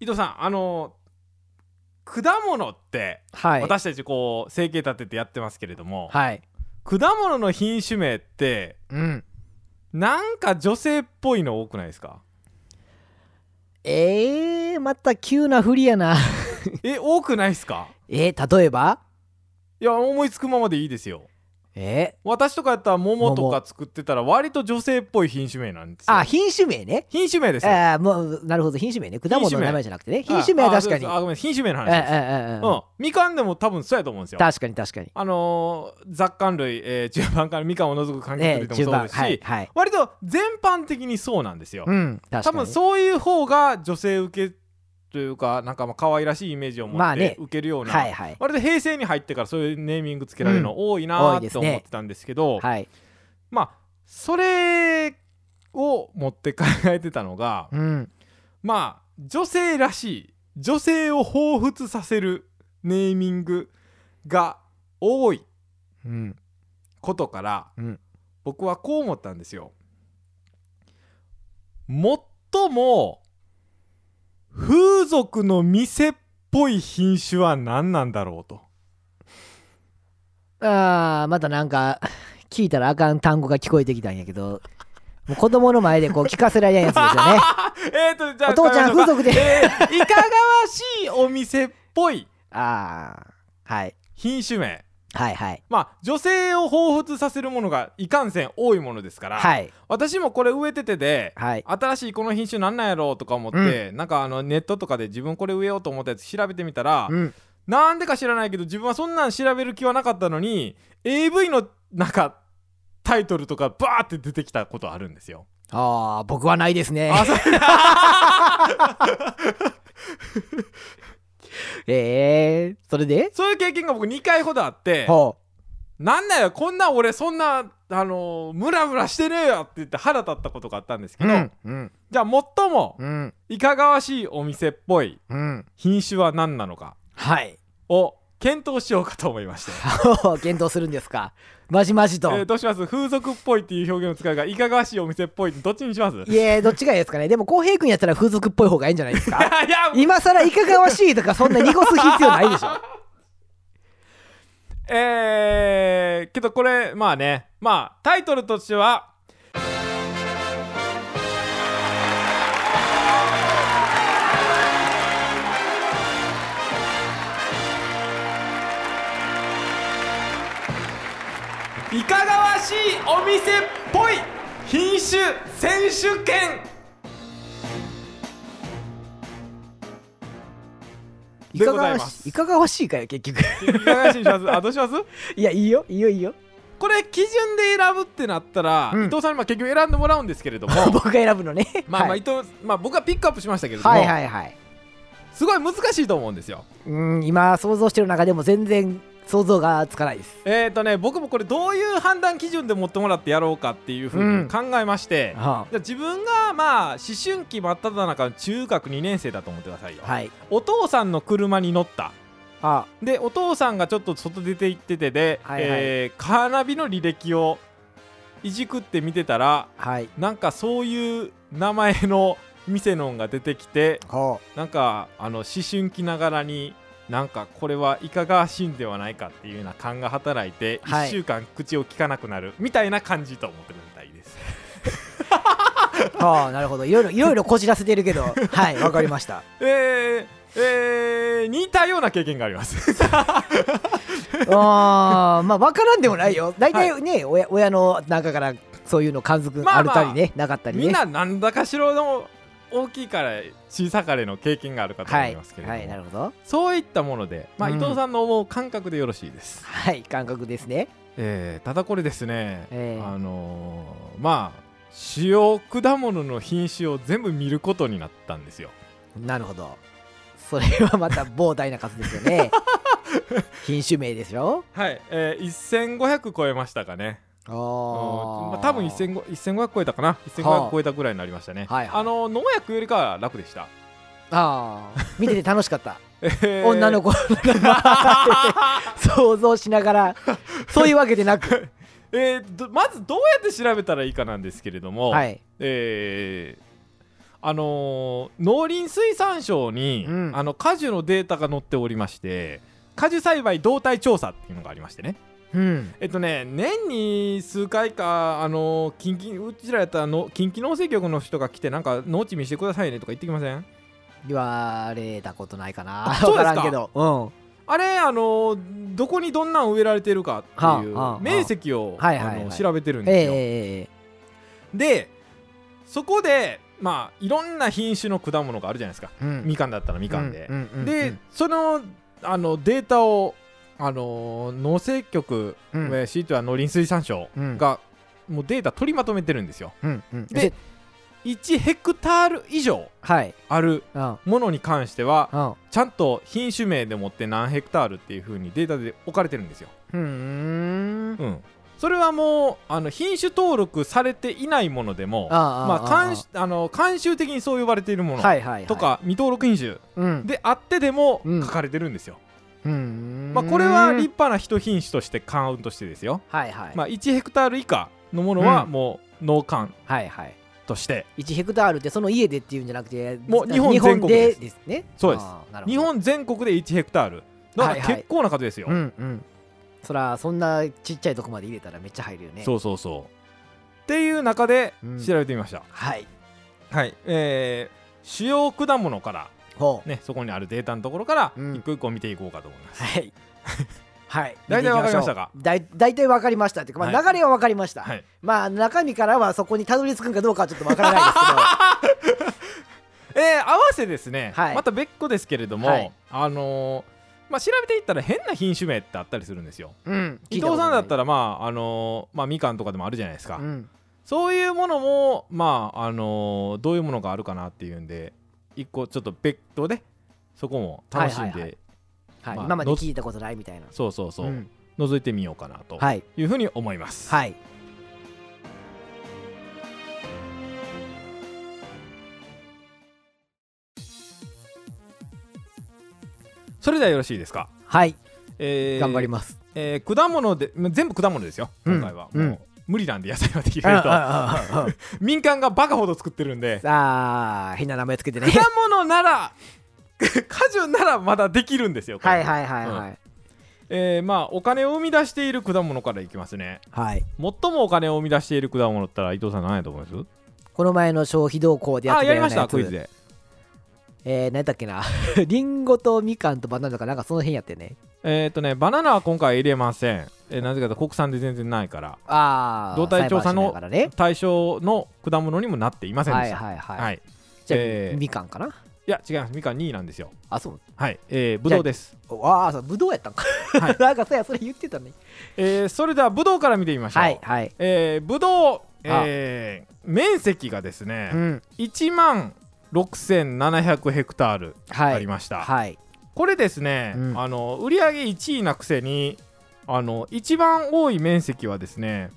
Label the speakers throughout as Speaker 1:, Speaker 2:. Speaker 1: 伊藤さんあの果物って、
Speaker 2: はい
Speaker 1: 私たちこう生計立ててやってますけれども、
Speaker 2: はい
Speaker 1: 果物の品種名って
Speaker 2: うん
Speaker 1: なんか女性っぽいの多くないですか
Speaker 2: えー、また急なふりやな
Speaker 1: え多くないですか
Speaker 2: えー、例えば
Speaker 1: いや思いつくままでいいですよ
Speaker 2: え
Speaker 1: 私とかやったら桃とか
Speaker 2: 桃
Speaker 1: 作ってたら割と女性っぽい品種名なんです
Speaker 2: ー、
Speaker 1: よ
Speaker 2: あ品種名ね
Speaker 1: 品種名ですよ
Speaker 2: ああもうなるほど品種名ね果物の名前じゃなくてね
Speaker 1: あ
Speaker 2: 品種名は確かに
Speaker 1: あそうですあごめん品種名の話
Speaker 2: うんう
Speaker 1: です、
Speaker 2: んうん
Speaker 1: う
Speaker 2: うん
Speaker 1: ん、みかんでも多分そうやと思うんですよ
Speaker 2: 確かに確かに
Speaker 1: あのー雑柑類、えー中盤からみかんを除く柑橘
Speaker 2: ね
Speaker 1: 類でも
Speaker 2: 中
Speaker 1: そう
Speaker 2: 盤
Speaker 1: ですし、
Speaker 2: はいはい
Speaker 1: 割と全般的にそうなんですよ、
Speaker 2: うん確かに
Speaker 1: 多分そういう方が女性受けというかなんかまあ可愛らしいイメージを持っ
Speaker 2: まあ
Speaker 1: て
Speaker 2: ね
Speaker 1: 受けるような、
Speaker 2: はいはい
Speaker 1: 割と平成に入ってからそういうネーミングつけられるの多い
Speaker 2: 多
Speaker 1: ない
Speaker 2: で
Speaker 1: と
Speaker 2: すね
Speaker 1: 思ってたんですけど、
Speaker 2: はい
Speaker 1: まあそれを持って考えてたのが、
Speaker 2: うん
Speaker 1: まあ女性らしい女性を彷彿させるネーミングが多い
Speaker 2: うん
Speaker 1: ことから、
Speaker 2: うん
Speaker 1: 僕はこう思ったんですよ。最も風俗の店っぽい品種は何なんだろうと。
Speaker 2: あーまたなんか聞いたらあかん単語が聞こえてきたんやけどもう子供の前 でこう聞かせられないやつですよね
Speaker 1: えーとじゃあ
Speaker 2: お父ちゃん風俗で
Speaker 1: えーいかがわしいお店っぽい
Speaker 2: あー、はい、
Speaker 1: 品種名。
Speaker 2: はいはい
Speaker 1: まあ女性を彷彿させるものがいかんせん多いものですから、
Speaker 2: はい
Speaker 1: 私もこれ植えててで、
Speaker 2: はい
Speaker 1: 新しいこの品種なんなんやろうとか思って、なんかあのネットとかで自分これ植えようと思ったやつ調べてみたら、
Speaker 2: うん
Speaker 1: なんでか知らないけど自分はそんなん調べる気はなかったのに AV のなんかタイトルとかバーって出てきたことあるんですよ。
Speaker 2: ああ僕はないですね
Speaker 1: あそう
Speaker 2: ええそれで
Speaker 1: そういう経験が僕2回ほどあって
Speaker 2: ほ
Speaker 1: なんだよこんな俺そんなあのームラムラしてねえよって言って腹立ったことがあったんですけ
Speaker 2: う
Speaker 1: ど、
Speaker 2: うん
Speaker 1: じゃあ最も
Speaker 2: うん
Speaker 1: いかがわしいお店っぽい
Speaker 2: うん
Speaker 1: 品種は何なのか
Speaker 2: はい
Speaker 1: を検討しようかと思いま して。
Speaker 2: ほう検討するんですかまじまじと、
Speaker 1: えーどうします風俗っぽいっていう表現を使うかいかがわしいお店っぽいどっちにしますい
Speaker 2: いえどっちがいいですかねでも浩平君やったら風俗っぽい方がいいんじゃないで すか
Speaker 1: やい や
Speaker 2: 今更いかがわしいとかそんな濁す必要ないでしょ
Speaker 1: えー、けどこれまあねまあタイトルとしては「いかがわしいお店っぽい品種選手権
Speaker 2: い
Speaker 1: で
Speaker 2: か
Speaker 1: ご
Speaker 2: が
Speaker 1: ざい
Speaker 2: わ
Speaker 1: ます
Speaker 2: しいいかがわしいかよ結局」
Speaker 1: いかがわしいにしますあどうします
Speaker 2: いやいいよいいよいいよ
Speaker 1: これ基準で選ぶってなったら、
Speaker 2: うん
Speaker 1: 伊藤さんにまあ結局選んでもらうんですけ れども
Speaker 2: 僕が選ぶのね
Speaker 1: まあまあ
Speaker 2: は
Speaker 1: 伊
Speaker 2: い、
Speaker 1: 藤、まあ、僕はピックアップしましたけれども、
Speaker 2: はいはいはい
Speaker 1: すごい難しいと思うんですよ。
Speaker 2: うん今想像してる中でも全然想像がつかないです
Speaker 1: えーとね僕もこれどういう判断基準で持ってもらってやろうかっていうふうに考えまして、じゃ
Speaker 2: は
Speaker 1: あ自分がまあ思春期真っ只中の中学2年生だと思ってくださいよ。
Speaker 2: はい
Speaker 1: お父さんの車に乗った
Speaker 2: あ
Speaker 1: でお父さんがちょっと外出て行っててで、
Speaker 2: はいはい
Speaker 1: えーカーナビの履歴をいじくって見てたら
Speaker 2: はい
Speaker 1: なんかそういう名前の店のんが出てきて
Speaker 2: ほ
Speaker 1: なんかあの思春期ながらになんかこれはいかがわしいんではないかっていうような勘が働いて
Speaker 2: はい
Speaker 1: 1週間口を聞かなくなるみたいな感じと思ってくださいです、
Speaker 2: うはあなるほどいろいろいろいろこじらせてる けどはいわかりました
Speaker 1: えー、えー、似たような経験があります
Speaker 2: あーまあわからんでもないよ大体ね、親親の中からそういうの感づく
Speaker 1: まあ
Speaker 2: あ
Speaker 1: ま
Speaker 2: る
Speaker 1: あ
Speaker 2: たりね、なかったりね
Speaker 1: みんな何だかしらの大きいから小さかれの経験があるかと思
Speaker 2: はいい、
Speaker 1: ますけれども、
Speaker 2: はい、なるほど
Speaker 1: そういったもので、まあ、
Speaker 2: う
Speaker 1: 伊
Speaker 2: ん
Speaker 1: 藤さんの思う感覚でよろしいです、
Speaker 2: はい感覚ですね
Speaker 1: えーただこれですね、
Speaker 2: ええ
Speaker 1: あのーまあ主要果物の品種を全部見ることになったんですよ
Speaker 2: なるほどそれはまた膨大な数ですよ ね品種名でしょ
Speaker 1: はい、えー、1500超えましたかね
Speaker 2: あ
Speaker 1: うん
Speaker 2: ー、
Speaker 1: まあ、多分1500 1500超えたかな
Speaker 2: は
Speaker 1: 1500
Speaker 2: あ
Speaker 1: 超えたぐらいになりましたね、
Speaker 2: はいはい
Speaker 1: あのー農薬よりかは楽でした、
Speaker 2: ああ見てて楽しかった
Speaker 1: えー
Speaker 2: 女の子想像しながらそういうわけ でなく
Speaker 1: えーどまずどうやって調べたらいいかなんですけれども、
Speaker 2: はい
Speaker 1: えーあのー農林水産省に、
Speaker 2: うん
Speaker 1: あの果樹のデータが載っておりまして果樹栽培動態調査っていうのがありましてね
Speaker 2: うん
Speaker 1: えっとね年に数回かあのー近畿うちらやったらの近畿農政局の人が来てなんか農地見してくださいねとか言ってきません
Speaker 2: 言われたことないかな
Speaker 1: あそうですか
Speaker 2: わらんけどう
Speaker 1: あれあのーどこにどんなん植えられてるかっていう
Speaker 2: はあはあ
Speaker 1: 面積を、
Speaker 2: はいはいはい
Speaker 1: あの調べてるん
Speaker 2: んええ
Speaker 1: ですよ、
Speaker 2: ええ
Speaker 1: でそこでまあいろんな品種の果物があるじゃないですか
Speaker 2: ええうん
Speaker 1: みかんだったらみかんで、
Speaker 2: うううんうん
Speaker 1: で、そのあのデータを、あのー農政局、
Speaker 2: う
Speaker 1: え
Speaker 2: ん
Speaker 1: ーひいては農林水産省
Speaker 2: うん
Speaker 1: が、もうデータ取りまとめてるんですよ。
Speaker 2: うんうん
Speaker 1: で
Speaker 2: せ
Speaker 1: 1ヘクタール以上
Speaker 2: はい
Speaker 1: ある
Speaker 2: うん
Speaker 1: ものに関しては
Speaker 2: うん
Speaker 1: ちゃんと品種名でもって何ヘクタールっていう風にデータで置かれてるんですよ。
Speaker 2: うん
Speaker 1: うん、それはもうあの品種登録されていないものでも
Speaker 2: あ
Speaker 1: まあ慣習あの慣習的にそう呼ばれているもの
Speaker 2: はいはいはい
Speaker 1: とか未登録品種
Speaker 2: うん
Speaker 1: であってでも
Speaker 2: うん
Speaker 1: 書かれてるんですよ。
Speaker 2: うん
Speaker 1: まあ、これは立派な一品種としてカウントしてですよ、
Speaker 2: はいはい
Speaker 1: まあ、1ヘクタール以下のものは
Speaker 2: うん
Speaker 1: もう農館
Speaker 2: はいはい
Speaker 1: として、
Speaker 2: 1ヘクタールってその家でっていうんじゃなくて
Speaker 1: もう日本全国です
Speaker 2: 日本ですね
Speaker 1: そうです
Speaker 2: あーなるほど
Speaker 1: 日本全国で1ヘクタールだか
Speaker 2: はい
Speaker 1: ら
Speaker 2: はい
Speaker 1: 結構な数ですよ、
Speaker 2: うんうんそらそんなちっちゃいとこまで入れたらめっちゃ入るよね
Speaker 1: そうそうそうっていう中で
Speaker 2: うん
Speaker 1: 調べてみました、
Speaker 2: はい
Speaker 1: はいえー主要果物から、
Speaker 2: ほう
Speaker 1: ね、そこにあるデータのところから
Speaker 2: うん
Speaker 1: 一個一個見ていこうかと思います、
Speaker 2: はいはい
Speaker 1: 大体わかりましたか
Speaker 2: 見ていきましょうだい大体わかりましたっていうか、まあ、
Speaker 1: は
Speaker 2: 流れ はわかりました、
Speaker 1: はい
Speaker 2: まあ中身からはそこにたどり着くんかどうかはちょっとわからないです
Speaker 1: えー合わせですね、
Speaker 2: はい
Speaker 1: また別個ですけれども、
Speaker 2: はい
Speaker 1: あのーまあ、調べていったら変な品種名ってあったりするんですよ
Speaker 2: けど、うん、
Speaker 1: 伊藤さんだった
Speaker 2: ら、
Speaker 1: らまああのーまあみかんとかでもあるじゃないですか、
Speaker 2: うん、
Speaker 1: そういうものもまああのーどういうものがあるかなっていうんで一個ちょっと別途でそこも楽しんで、
Speaker 2: はいはいははい
Speaker 1: まあ
Speaker 2: 今まで聞いたことないみたいな
Speaker 1: そうそうそう、
Speaker 2: ん
Speaker 1: 覗いてみようかなと
Speaker 2: はい
Speaker 1: いうふうに思います、
Speaker 2: はい
Speaker 1: それではよろしいですか、
Speaker 2: はい、
Speaker 1: えー
Speaker 2: 頑張 ります
Speaker 1: えー果物でま全部果物ですよ
Speaker 2: うん
Speaker 1: 今回は、
Speaker 2: うん
Speaker 1: もう無理なんで野菜はでき
Speaker 2: あ
Speaker 1: ると
Speaker 2: あああ
Speaker 1: 民間がバカほど作ってるんで
Speaker 2: ああ変な名前つ けてね
Speaker 1: 果物なら 果樹ならまだできるんですよこれ
Speaker 2: はいはいはいはい、
Speaker 1: えーまあお金を生み出している果物からいきますね
Speaker 2: はい
Speaker 1: 最もお金を生み出している果物ったら伊藤さん何やと思います
Speaker 2: この前の消費動向でやっ
Speaker 1: あ
Speaker 2: て
Speaker 1: やりまし
Speaker 2: よう
Speaker 1: た
Speaker 2: なつ
Speaker 1: クイズで
Speaker 2: えー、何やったっけな リンゴとみかんとバナナとかなんかその辺やってね
Speaker 1: えーっ、とねバナナは今回入れません、えーなぜかというと国産で全然ないから
Speaker 2: ああ
Speaker 1: 動態調査の
Speaker 2: からね
Speaker 1: 対象の果物にもなっていませんで
Speaker 2: は
Speaker 1: し
Speaker 2: い
Speaker 1: た
Speaker 2: はいはい、
Speaker 1: はい
Speaker 2: じゃあ、
Speaker 1: えー
Speaker 2: みかんかない
Speaker 1: や違いますみかん2位なんですよ
Speaker 2: あそう
Speaker 1: はいえーぶどうです
Speaker 2: ああそうぶどうやったんか、
Speaker 1: はい
Speaker 2: なんかそうやそれ言ってたね
Speaker 1: えーそれではぶどうから見てみましょう、
Speaker 2: はいはい
Speaker 1: えーぶどう、えー面積がですね、
Speaker 2: うん
Speaker 1: 1万6700ヘクタール
Speaker 2: はい
Speaker 1: ありました、
Speaker 2: はい
Speaker 1: これですね、
Speaker 2: うん
Speaker 1: あの売上1位なくせにあの一番多い面積はですね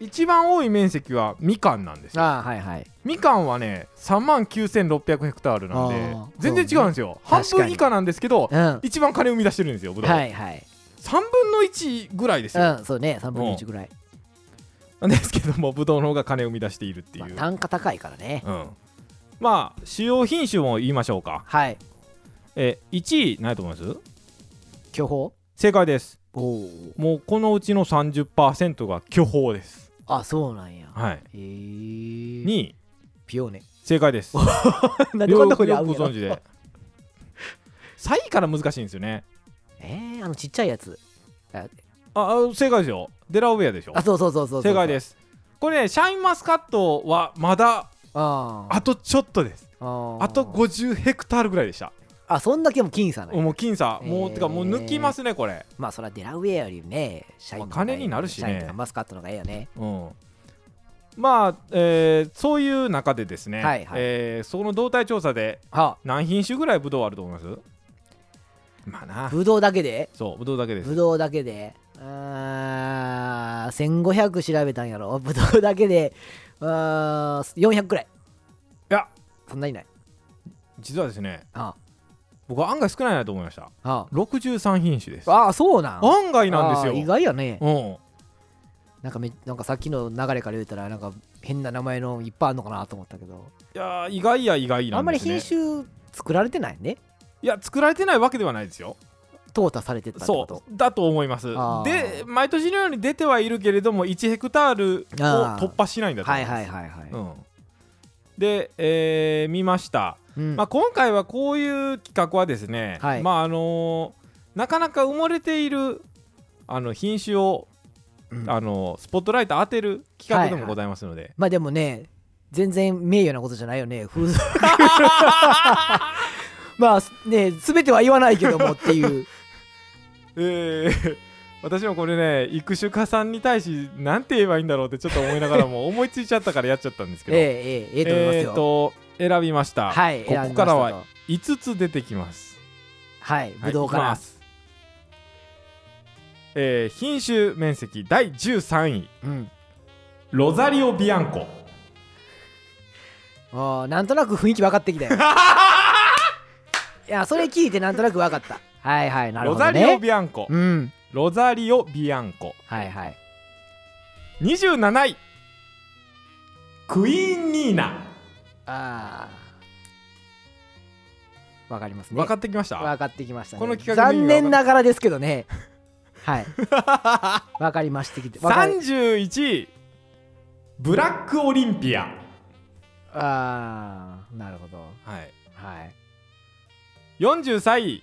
Speaker 1: 一番多い面積はみかんなんです
Speaker 2: あ
Speaker 1: よ
Speaker 2: あはいはい
Speaker 1: みかんはね3万9600ヘクタールなん
Speaker 2: あ
Speaker 1: で
Speaker 2: ー
Speaker 1: 全然違うんですよ、
Speaker 2: そう
Speaker 1: 半
Speaker 2: ね
Speaker 1: 分以下なんですけど
Speaker 2: うんは
Speaker 1: 一番金生み出してるんですよぶどう、
Speaker 2: いはい
Speaker 1: 3分の1ぐらいですよ、
Speaker 2: うんそうね3分の1ぐらい、
Speaker 1: なんですけどもぶどうの方が金を生み出しているっていう、
Speaker 2: まあ、
Speaker 1: ま
Speaker 2: 単価高いからね
Speaker 1: あ、うんまあ主要品種も言いましょうか
Speaker 2: はい
Speaker 1: え1位何やと思います
Speaker 2: 巨峰
Speaker 1: 正解です
Speaker 2: おお
Speaker 1: もうこのうちの30%が巨峰です
Speaker 2: あそうなんや
Speaker 1: はい
Speaker 2: へえー、
Speaker 1: 2位
Speaker 2: ピ オーネ
Speaker 1: 正解です
Speaker 2: なんでこんなとこに
Speaker 1: よ
Speaker 2: 合
Speaker 1: く
Speaker 2: うん
Speaker 1: ご
Speaker 2: やろ
Speaker 1: 存知で3位から難しいんですよね
Speaker 2: えー、あのちっちゃいやつ
Speaker 1: ああ正解ですよデラウェアでしょ
Speaker 2: あそうそうそうそうそう
Speaker 1: 正解ですすこれねシャインマスカットはまだ
Speaker 2: あー
Speaker 1: あとちょっとです
Speaker 2: あー
Speaker 1: あと50ヘクタールぐらいでした
Speaker 2: あそんだけも僅差ない
Speaker 1: もう僅差
Speaker 2: えー
Speaker 1: もうてかもう抜きますねこれ
Speaker 2: まあそらデラウェアよりね社員
Speaker 1: まあ金になるしね
Speaker 2: マスカットの方がいいよね
Speaker 1: うんまあ、えーそういう中でですね、
Speaker 2: はいはい
Speaker 1: えーそこの動態調査で
Speaker 2: は
Speaker 1: 何品種ぐらいブドウあると思いますまあな
Speaker 2: ぶどうだけで
Speaker 1: そうブドウだけです
Speaker 2: ぶどうだけであー1500調べたんやろぶどうだけであー400くらい
Speaker 1: いや
Speaker 2: そんないない
Speaker 1: 実はですね
Speaker 2: あ
Speaker 1: 僕は案外少ないなと思いました
Speaker 2: あ
Speaker 1: 63品種です
Speaker 2: ああそうなん
Speaker 1: 案外なんです
Speaker 2: あー意
Speaker 1: よ
Speaker 2: 外やね
Speaker 1: うん
Speaker 2: なんかめなんかさっきの流れから言うたらなんか変な名前のいっぱいあるのかなと思ったけど、
Speaker 1: いやー意外や意外なんです、ね、
Speaker 2: あんまり品種作られてないね
Speaker 1: いや作られてないわけではないですよ
Speaker 2: 淘汰されてったって
Speaker 1: そ
Speaker 2: こと
Speaker 1: うだと思います
Speaker 2: あー
Speaker 1: で毎年のように出てはいるけれども1ヘクタールを
Speaker 2: あー
Speaker 1: 突破しないんだと思
Speaker 2: はいい
Speaker 1: ます
Speaker 2: はいはいはい、
Speaker 1: うん、で、えー見ました、
Speaker 2: うん
Speaker 1: まあ、今回はこういう企画はですね、
Speaker 2: はい
Speaker 1: まああのーなかなか埋もれているあの品種を、
Speaker 2: うん
Speaker 1: あのースポットライト当てる企画でもございますので、
Speaker 2: まあでもね全然名誉なことじゃない よね風俗まあね全ては言わないけどもっていう
Speaker 1: えー 私もこれね育種家さんに対しなんて言えばいいんだろうってちょっと思いながらも思いついちゃったからやっちゃったん ですけど、
Speaker 2: ええええええと思いますよ、
Speaker 1: えーと選びました、
Speaker 2: はい
Speaker 1: こ
Speaker 2: 選んでま
Speaker 1: こ
Speaker 2: し
Speaker 1: か
Speaker 2: た
Speaker 1: ら
Speaker 2: と
Speaker 1: は5つ出てきます
Speaker 2: はいぶどうか
Speaker 1: はい
Speaker 2: ら
Speaker 1: いきま、すえー品種面積第13位
Speaker 2: うん、
Speaker 1: ロザリオ・ビアンコ
Speaker 2: あーなんとなく雰囲気分かっ てきたよいやそれ聞いてなんとなく分かったはいはいなる
Speaker 1: ロ
Speaker 2: ほ
Speaker 1: ザ
Speaker 2: ど
Speaker 1: リオ・
Speaker 2: ね
Speaker 1: ビアンコ
Speaker 2: うん
Speaker 1: ロザリオ・ビアンコ
Speaker 2: はいはい
Speaker 1: 27位クイーン・ニーナ
Speaker 2: ああ分かりますね
Speaker 1: 分かってきました
Speaker 2: 分かってきましたね
Speaker 1: この企画の意味
Speaker 2: 残
Speaker 1: が
Speaker 2: 念ながらですけど ねはい分かりましてきてわかり
Speaker 1: 31位ブラックオリンピア、
Speaker 2: ああなるほど
Speaker 1: はい、
Speaker 2: はい
Speaker 1: 43位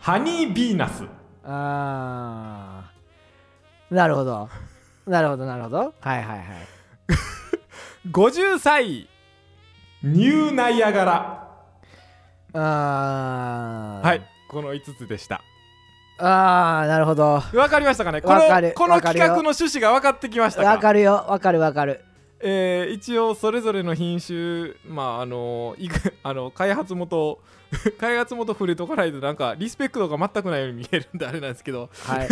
Speaker 1: ハニービーナス
Speaker 2: ああなるほどなるほどなるほどはいはいはい
Speaker 1: 53位ニューナイアガラ、
Speaker 2: あー
Speaker 1: はいこの5つでした
Speaker 2: あーなるほど
Speaker 1: わかりましたかねこの
Speaker 2: わかる
Speaker 1: この
Speaker 2: わかる
Speaker 1: 企
Speaker 2: よ
Speaker 1: 画の趣旨が分かってきました
Speaker 2: わ
Speaker 1: か
Speaker 2: かるよわかるわかる
Speaker 1: えー一応それぞれの品種まああのいくあの開発元 開発元触れとかないとなんかリスペクトが全くないように見えるんであれなんですけど
Speaker 2: はい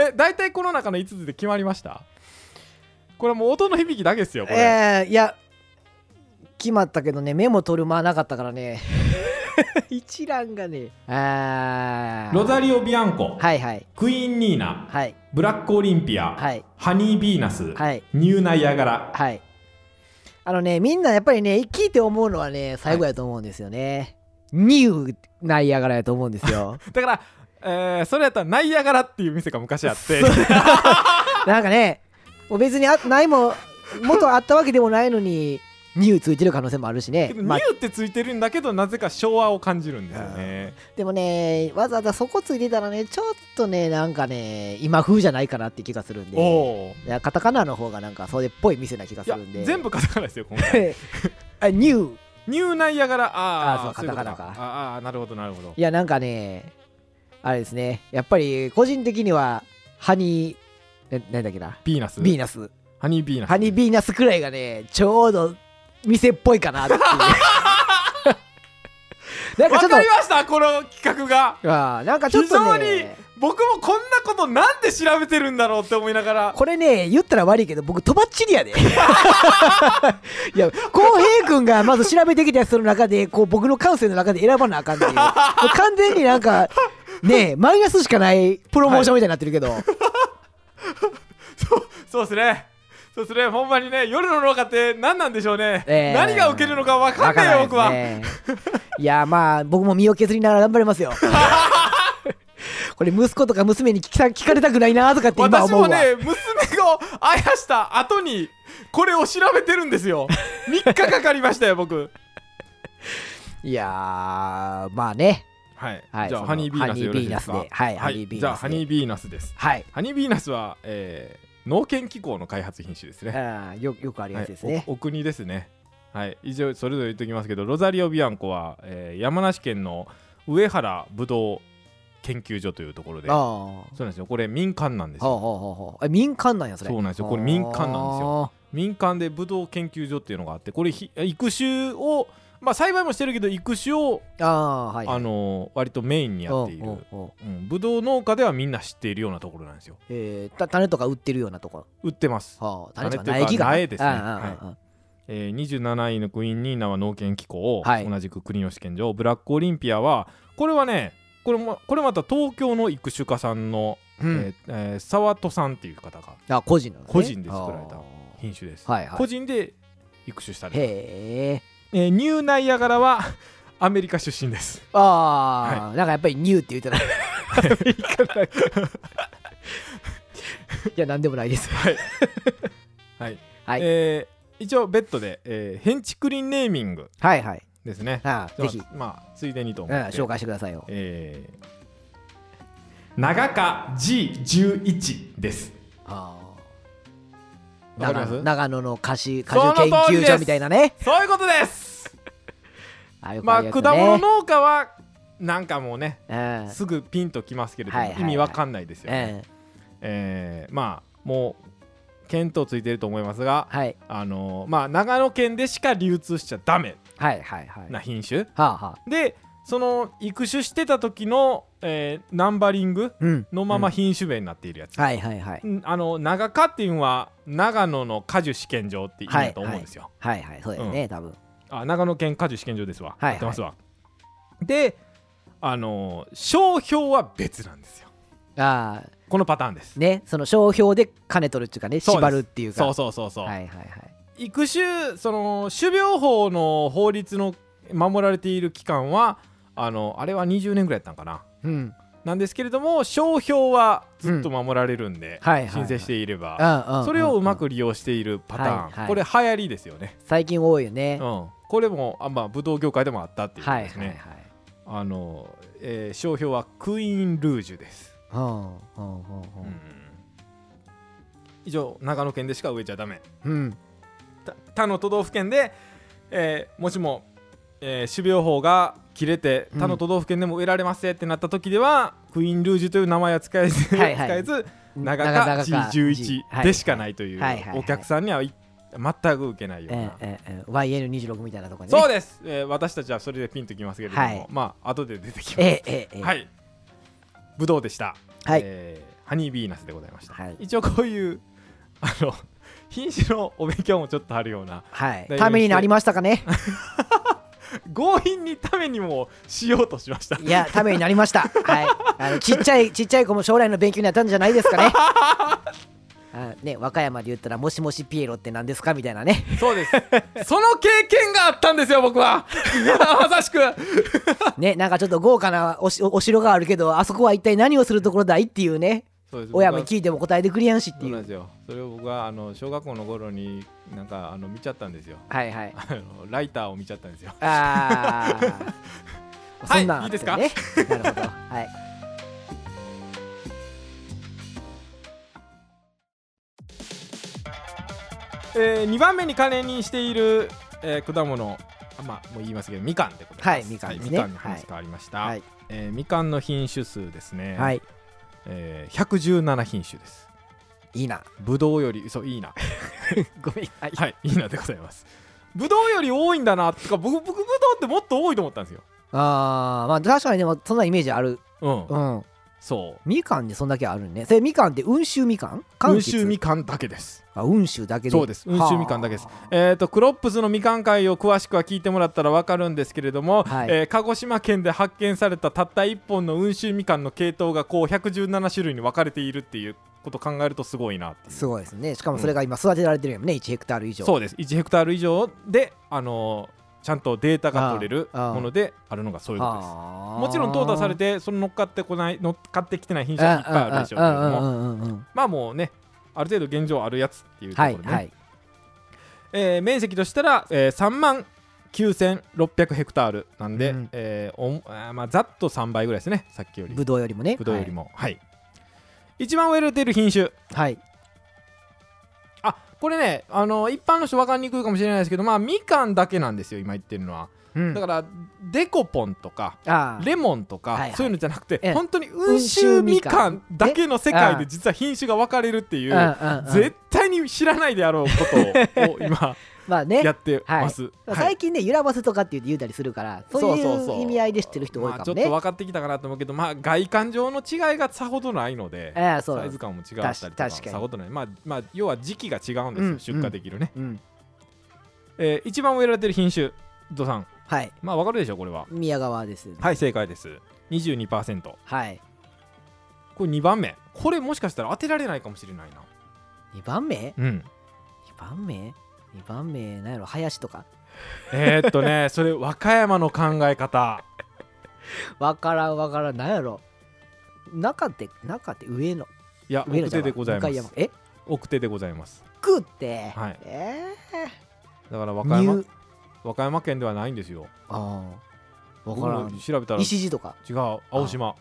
Speaker 1: え大体この中の5つで決まりましたこれもう音の響きだけですよこれ、
Speaker 2: えー、いや決まったけどねメモ取る間なかったか らね一覧がねあー
Speaker 1: ロザリオ・ビアンコ、
Speaker 2: はいはい
Speaker 1: クイーン・ニーナ
Speaker 2: はい
Speaker 1: ブラック・オリンピア、
Speaker 2: はい
Speaker 1: ハニー・ビーナス、
Speaker 2: はい
Speaker 1: ニューナイアガラ
Speaker 2: はいあのねみんなやっぱりね聞いて思うのはね最後やと思うんですよね、ニューナイアガラやと思うんで すよ
Speaker 1: だから、えーそれやったらナイアガラっていう店が昔あって
Speaker 2: なんかねもう別にあないも元あったわけでもないのにニューついてる可能性もあるしね
Speaker 1: けどニ
Speaker 2: まあ
Speaker 1: ューってついてるんだけどなぜか昭和を感じるんですよね
Speaker 2: でもね、わざわざそこついてたらね、ちょっとね、なんかね、今風じゃないかなって気がするん
Speaker 1: お
Speaker 2: で、
Speaker 1: お
Speaker 2: いやカタカナの方がなんかそれっぽい店な気が
Speaker 1: い
Speaker 2: す
Speaker 1: や
Speaker 2: るんで、
Speaker 1: 全
Speaker 2: 部
Speaker 1: 部カタカナですよ今回
Speaker 2: あニュー、
Speaker 1: ニューナイアガラあー
Speaker 2: あーそう
Speaker 1: いこと
Speaker 2: カタカナか
Speaker 1: あーあーなるほどなるほど
Speaker 2: いや、なんかね、あれですね、やっぱり個人的には、ハニー、ななんだっけな、
Speaker 1: ビーナス
Speaker 2: ビーナス、
Speaker 1: ハニービーナス
Speaker 2: ハニービーナスくらいがね、ちょうど店っぽいかなって いう。なんか
Speaker 1: わ
Speaker 2: ちょっと
Speaker 1: かり、ましたこの企画が
Speaker 2: あーなんかちょっとね、
Speaker 1: 僕もこんなことなんで調べてるんだろうって思いながら
Speaker 2: これね言ったら悪いけど僕とばっちり やでいや浩平君がまず調べてきたやつの中でこう僕の感性の中で選ばなあかんっていうもう完全になんかねえマイナスしかないプロモーションみたいになってるけど、
Speaker 1: そうそうですねそうですねほんまにね夜の農家って何なんでしょうね、
Speaker 2: えー
Speaker 1: 何が受けるのか分か
Speaker 2: わ
Speaker 1: んないよ
Speaker 2: で
Speaker 1: 僕は、
Speaker 2: すね いやまあ僕も身を削りながら頑張りま すよこれ息子とか娘に聞きた聞かれたくないなとかって今
Speaker 1: 私
Speaker 2: 思うわ
Speaker 1: もね娘をあやした後にこれを調べてるんですよ3日 かかりましたよ僕
Speaker 2: いやーまあね
Speaker 1: はい、
Speaker 2: はい
Speaker 1: じゃ
Speaker 2: そ
Speaker 1: あ
Speaker 2: の
Speaker 1: ハニービーナスよろしいですか
Speaker 2: ハニービーナスではいハニービーナスで
Speaker 1: じゃあハニービーナスです
Speaker 2: はい
Speaker 1: ハニービーナスは、えー農研機構の開発品種ですね
Speaker 2: あーよよくあり
Speaker 1: は
Speaker 2: が
Speaker 1: い
Speaker 2: ちですね、
Speaker 1: おお国ですね。はい、以上それぞれ言っておきますけどロザリオ・ビアンコは、えー山梨県の上原ぶどう研究所というところで
Speaker 2: あ
Speaker 1: そう
Speaker 2: あ
Speaker 1: なんですよこれ民間なんです
Speaker 2: ほう
Speaker 1: よ
Speaker 2: ほうほうほうえ民間なんやそれ
Speaker 1: そうなんですよこれ民間なんです
Speaker 2: よ
Speaker 1: 民間でぶどう研究所っていうのがあってこれひ育種を、まあ、栽培もしてるけど育種を、
Speaker 2: ああはい
Speaker 1: あのー割とメインにやってい
Speaker 2: おう
Speaker 1: る
Speaker 2: おうおう
Speaker 1: うんぶどう農家ではみんな知っているようなところなんですよ
Speaker 2: えーた種とか売ってるようなとこ
Speaker 1: 売ってます、
Speaker 2: はあ
Speaker 1: 種
Speaker 2: 種
Speaker 1: と
Speaker 2: と
Speaker 1: か
Speaker 2: か苗木が
Speaker 1: 苗ですね
Speaker 2: あああああ
Speaker 1: えー27位のクイーン・ニーナは農研機構、
Speaker 2: はい
Speaker 1: 同じく国の試験場ブラックオリンピアはこれはねこれもこれまた東京の育種家さんのえーえー沢戸さんっていう方が
Speaker 2: あ個人なのね
Speaker 1: 個人で作られた
Speaker 2: あ
Speaker 1: 品種です、
Speaker 2: ーはいは
Speaker 1: 個
Speaker 2: い
Speaker 1: 人で育種された、
Speaker 2: へえ
Speaker 1: えーニューナイアガラはアメリカ出身です
Speaker 2: ああ、なんかやっぱりニューって言ったらいいか ないやなんでもないです
Speaker 1: はい、
Speaker 2: はい
Speaker 1: えー一応ベッドで、えー、ヘンチクリンネーミング
Speaker 2: はいはい
Speaker 1: ですね
Speaker 2: あーぜひ
Speaker 1: まあまあついでにと
Speaker 2: う
Speaker 1: 思
Speaker 2: ん
Speaker 1: って、
Speaker 2: 紹介してくださいよ
Speaker 1: えー長か G11 です
Speaker 2: あー
Speaker 1: わかります
Speaker 2: 長長野の菓子果樹研究所みたいなね
Speaker 1: そういうことです
Speaker 2: あよく
Speaker 1: ま
Speaker 2: あ
Speaker 1: あ
Speaker 2: るやつ
Speaker 1: 果
Speaker 2: ね
Speaker 1: 物農家はなんかもうね
Speaker 2: うん
Speaker 1: すぐピンときますけれども、
Speaker 2: はいはいはい
Speaker 1: 意味わかんないですよ、ね
Speaker 2: うん
Speaker 1: えーまあもう見当ついてると思いますが、
Speaker 2: はい
Speaker 1: あのーまあ長野県でしか流通しちゃダメ
Speaker 2: はいはいはい
Speaker 1: な品種、
Speaker 2: はあはあ
Speaker 1: でその育種してた時の、えーナンバリング
Speaker 2: うん
Speaker 1: のまま
Speaker 2: うん
Speaker 1: 品種名になっているやつ、
Speaker 2: はいはいはい
Speaker 1: うんあの長かっていうのは長野の果樹試験場って意味だと思うんですよ、
Speaker 2: はいはいそうだよね、多分
Speaker 1: あ長野県果樹試験場ですわ、
Speaker 2: はいはい
Speaker 1: やってますわであのー商標は別なんですよ
Speaker 2: ああ
Speaker 1: このパターンです
Speaker 2: ねその商標で金取るっていうかね
Speaker 1: そうです
Speaker 2: 縛るっていうか
Speaker 1: そうそうそうそう、
Speaker 2: はいはいはい
Speaker 1: 育種その種苗法の法律の守られている期間はあのあれは20年ぐらいやったんかな
Speaker 2: うん
Speaker 1: なんですけれども商標はずっと守られるんで、
Speaker 2: はいはいはい
Speaker 1: 申請していれば、
Speaker 2: うんうん
Speaker 1: それをうま
Speaker 2: ん
Speaker 1: く利用しているパターン、
Speaker 2: はいはい
Speaker 1: これ流行りですよね、
Speaker 2: 最近多いよね、
Speaker 1: うん、これもあ、まあ、武道業界でもあったっていうこと
Speaker 2: はい
Speaker 1: です
Speaker 2: は
Speaker 1: ね、
Speaker 2: いはい
Speaker 1: あの、えー商標はクイーンルージュです、
Speaker 2: うんうんう
Speaker 1: うん
Speaker 2: ん
Speaker 1: 以上長野県でしか植えちゃダメ
Speaker 2: うん
Speaker 1: た他の都道府県で、えーもしも、えー種苗法が切れて
Speaker 2: うん
Speaker 1: 他の都道府県でも植えられますってなった時では、クイーンルージュという名前は使えず、
Speaker 2: はいはい
Speaker 1: 使えず
Speaker 2: うん
Speaker 1: 長
Speaker 2: 々
Speaker 1: か G11 でしかないという
Speaker 2: はいはいはい
Speaker 1: お客さんにはい全く受けないよう
Speaker 2: え
Speaker 1: な
Speaker 2: え。ええええ YN26 みたいなとこね
Speaker 1: そう
Speaker 2: で
Speaker 1: です、えー私たちはそれでピンときますけれども、
Speaker 2: はい
Speaker 1: まあ後で出てきます。
Speaker 2: ええええええ
Speaker 1: はい。ブドウでした。
Speaker 2: はい
Speaker 1: えーハニービーナスでございました。
Speaker 2: はい
Speaker 1: 一応こういうあの品種のお勉強もちょっとあるような
Speaker 2: はい
Speaker 1: 大丈夫
Speaker 2: ためになりましたかね
Speaker 1: 強引にためにもしようとしました。
Speaker 2: いやためになりましたはいあのちっちゃいちっちゃい子も将来の勉強になったんじゃないですかねあね和歌山で言ったらもしもしピエロって何ですかみたいなね
Speaker 1: そうです。その経験があったんですよ僕は。 まさしく。
Speaker 2: ねなんかちょっと豪華なおしおお城があるけどあそこは一体何をするところだいっていうね
Speaker 1: そうです。
Speaker 2: 親も
Speaker 1: 僕は
Speaker 2: 聞いても答えてくれやんしって
Speaker 1: そう
Speaker 2: い
Speaker 1: なん
Speaker 2: う
Speaker 1: ですよ。それを僕はあの小学校の頃になんかあの見ちゃったんですよ。
Speaker 2: はいはい
Speaker 1: あのライターを見ちゃったんですよ。
Speaker 2: ああ
Speaker 1: はい
Speaker 2: そんなんあって
Speaker 1: いい
Speaker 2: ねなるほどはい
Speaker 1: えー、2番目に関連にしている、えー果物あまあもう言いますけどみかんでございます
Speaker 2: はいみかんですね
Speaker 1: みかんの話変わりました、
Speaker 2: はい
Speaker 1: えーみかんの品種数ですね、
Speaker 2: はい
Speaker 1: えー、117品種です
Speaker 2: いいな
Speaker 1: ぶどうよりそういいな
Speaker 2: ごめんはい
Speaker 1: はいいいなでございますぶどうより多いんだなとか僕僕ぶどうってもっと多いと思ったんですよ
Speaker 2: あーまあ確かにでもそんなイメージある
Speaker 1: うん、
Speaker 2: うん
Speaker 1: そう
Speaker 2: みかんでそんだけあるねそれみかんって温州みかん
Speaker 1: 温
Speaker 2: 柑橘
Speaker 1: 州みかんだけです
Speaker 2: あ温州だけで
Speaker 1: そうです温州みかんだけですえー、とクロップスのみかん会を詳しくは聞いてもらったら分かるんですけれども、
Speaker 2: はい
Speaker 1: えー鹿児島県で発見されたたった1本の温州みかんの系統がこう117種類に分かれているっていうことを考えるとすごいなっていう
Speaker 2: すごいですねしかもそれが今育てられてるよね1ヘクタール以上
Speaker 1: そうです1ヘクタール以上で、あのーちゃんとデータが取れる
Speaker 2: あーあー
Speaker 1: ものであるのがそういうことです。も
Speaker 2: も
Speaker 1: ちろん淘汰され
Speaker 2: て
Speaker 1: てその乗っかってこない乗っかってきてない品種はいっぱいあるでしょうけれども
Speaker 2: も
Speaker 1: まあもうねある程度現状あるやつっていうとこ
Speaker 2: は
Speaker 1: ろ
Speaker 2: い
Speaker 1: でね、
Speaker 2: はい
Speaker 1: えー面積としたら、えー、3万9600ヘクタールなんで、
Speaker 2: うん
Speaker 1: えーおんあーまあ、ざっと3倍ぐらいですねさっきより
Speaker 2: ぶどうよりもね
Speaker 1: ぶどうよりもはい、一番植えられている品種
Speaker 2: はい
Speaker 1: あこれねあの一般の人分かりにくいかもしれないですけどまあみかんだけなんですよ今言ってるのは、
Speaker 2: うん
Speaker 1: だからデコポンとか
Speaker 2: あー
Speaker 1: レモンとか、
Speaker 2: はいはい
Speaker 1: そういうのじゃなくて、
Speaker 2: ええ
Speaker 1: 本当に温州みか
Speaker 2: 温
Speaker 1: ん
Speaker 2: 州みかん
Speaker 1: だけの世界
Speaker 2: ねあ
Speaker 1: で
Speaker 2: ー
Speaker 1: 実は品種が分かれるっていう、
Speaker 2: うんうんうん
Speaker 1: 絶対に知らないであろう ことをを今
Speaker 2: まあね
Speaker 1: やってます、はい
Speaker 2: 最近ね、揺らばせとかって言って言うたりするから、そうい
Speaker 1: そうそうそう
Speaker 2: う意味合いで知ってる人多い
Speaker 1: まあ、
Speaker 2: か
Speaker 1: ちょ
Speaker 2: も
Speaker 1: っと
Speaker 2: ね。
Speaker 1: 分かってきたかなと思うけど、まあ、外観上の違いがさほどないので、
Speaker 2: ええ、そ
Speaker 1: サイ
Speaker 2: う
Speaker 1: ズ。感も違ったりとか
Speaker 2: 確確かに
Speaker 1: さほどない、まあまあ、要は時期が違うんですよ、
Speaker 2: うん
Speaker 1: 出荷できるね、
Speaker 2: うん。
Speaker 1: えー一番植えられてる品種土産
Speaker 2: はい。
Speaker 1: まあ分かるでしょこれは
Speaker 2: 宮川です。
Speaker 1: はい正解です22%
Speaker 2: はい。
Speaker 1: これ2番目これもしかしたら当てられないかもしれないな
Speaker 2: 2番目
Speaker 1: うん
Speaker 2: 2番目 ?2 番目なんやろ林とか
Speaker 1: えー、っと ねそれ和歌山の考え方
Speaker 2: わからんわからんなんやろ中って中って上の
Speaker 1: いや
Speaker 2: 上の
Speaker 1: 奥
Speaker 2: じ
Speaker 1: 手
Speaker 2: ゃな
Speaker 1: でございま
Speaker 2: 向
Speaker 1: す
Speaker 2: 山え
Speaker 1: 奥手でございます
Speaker 2: くって、
Speaker 1: はい
Speaker 2: え
Speaker 1: だから和
Speaker 2: ー、
Speaker 1: 歌山
Speaker 2: 入
Speaker 1: 和歌山県ではないんですよ
Speaker 2: ああわから
Speaker 1: 僕も
Speaker 2: ん
Speaker 1: 調べたら違う
Speaker 2: 石地とか
Speaker 1: 青島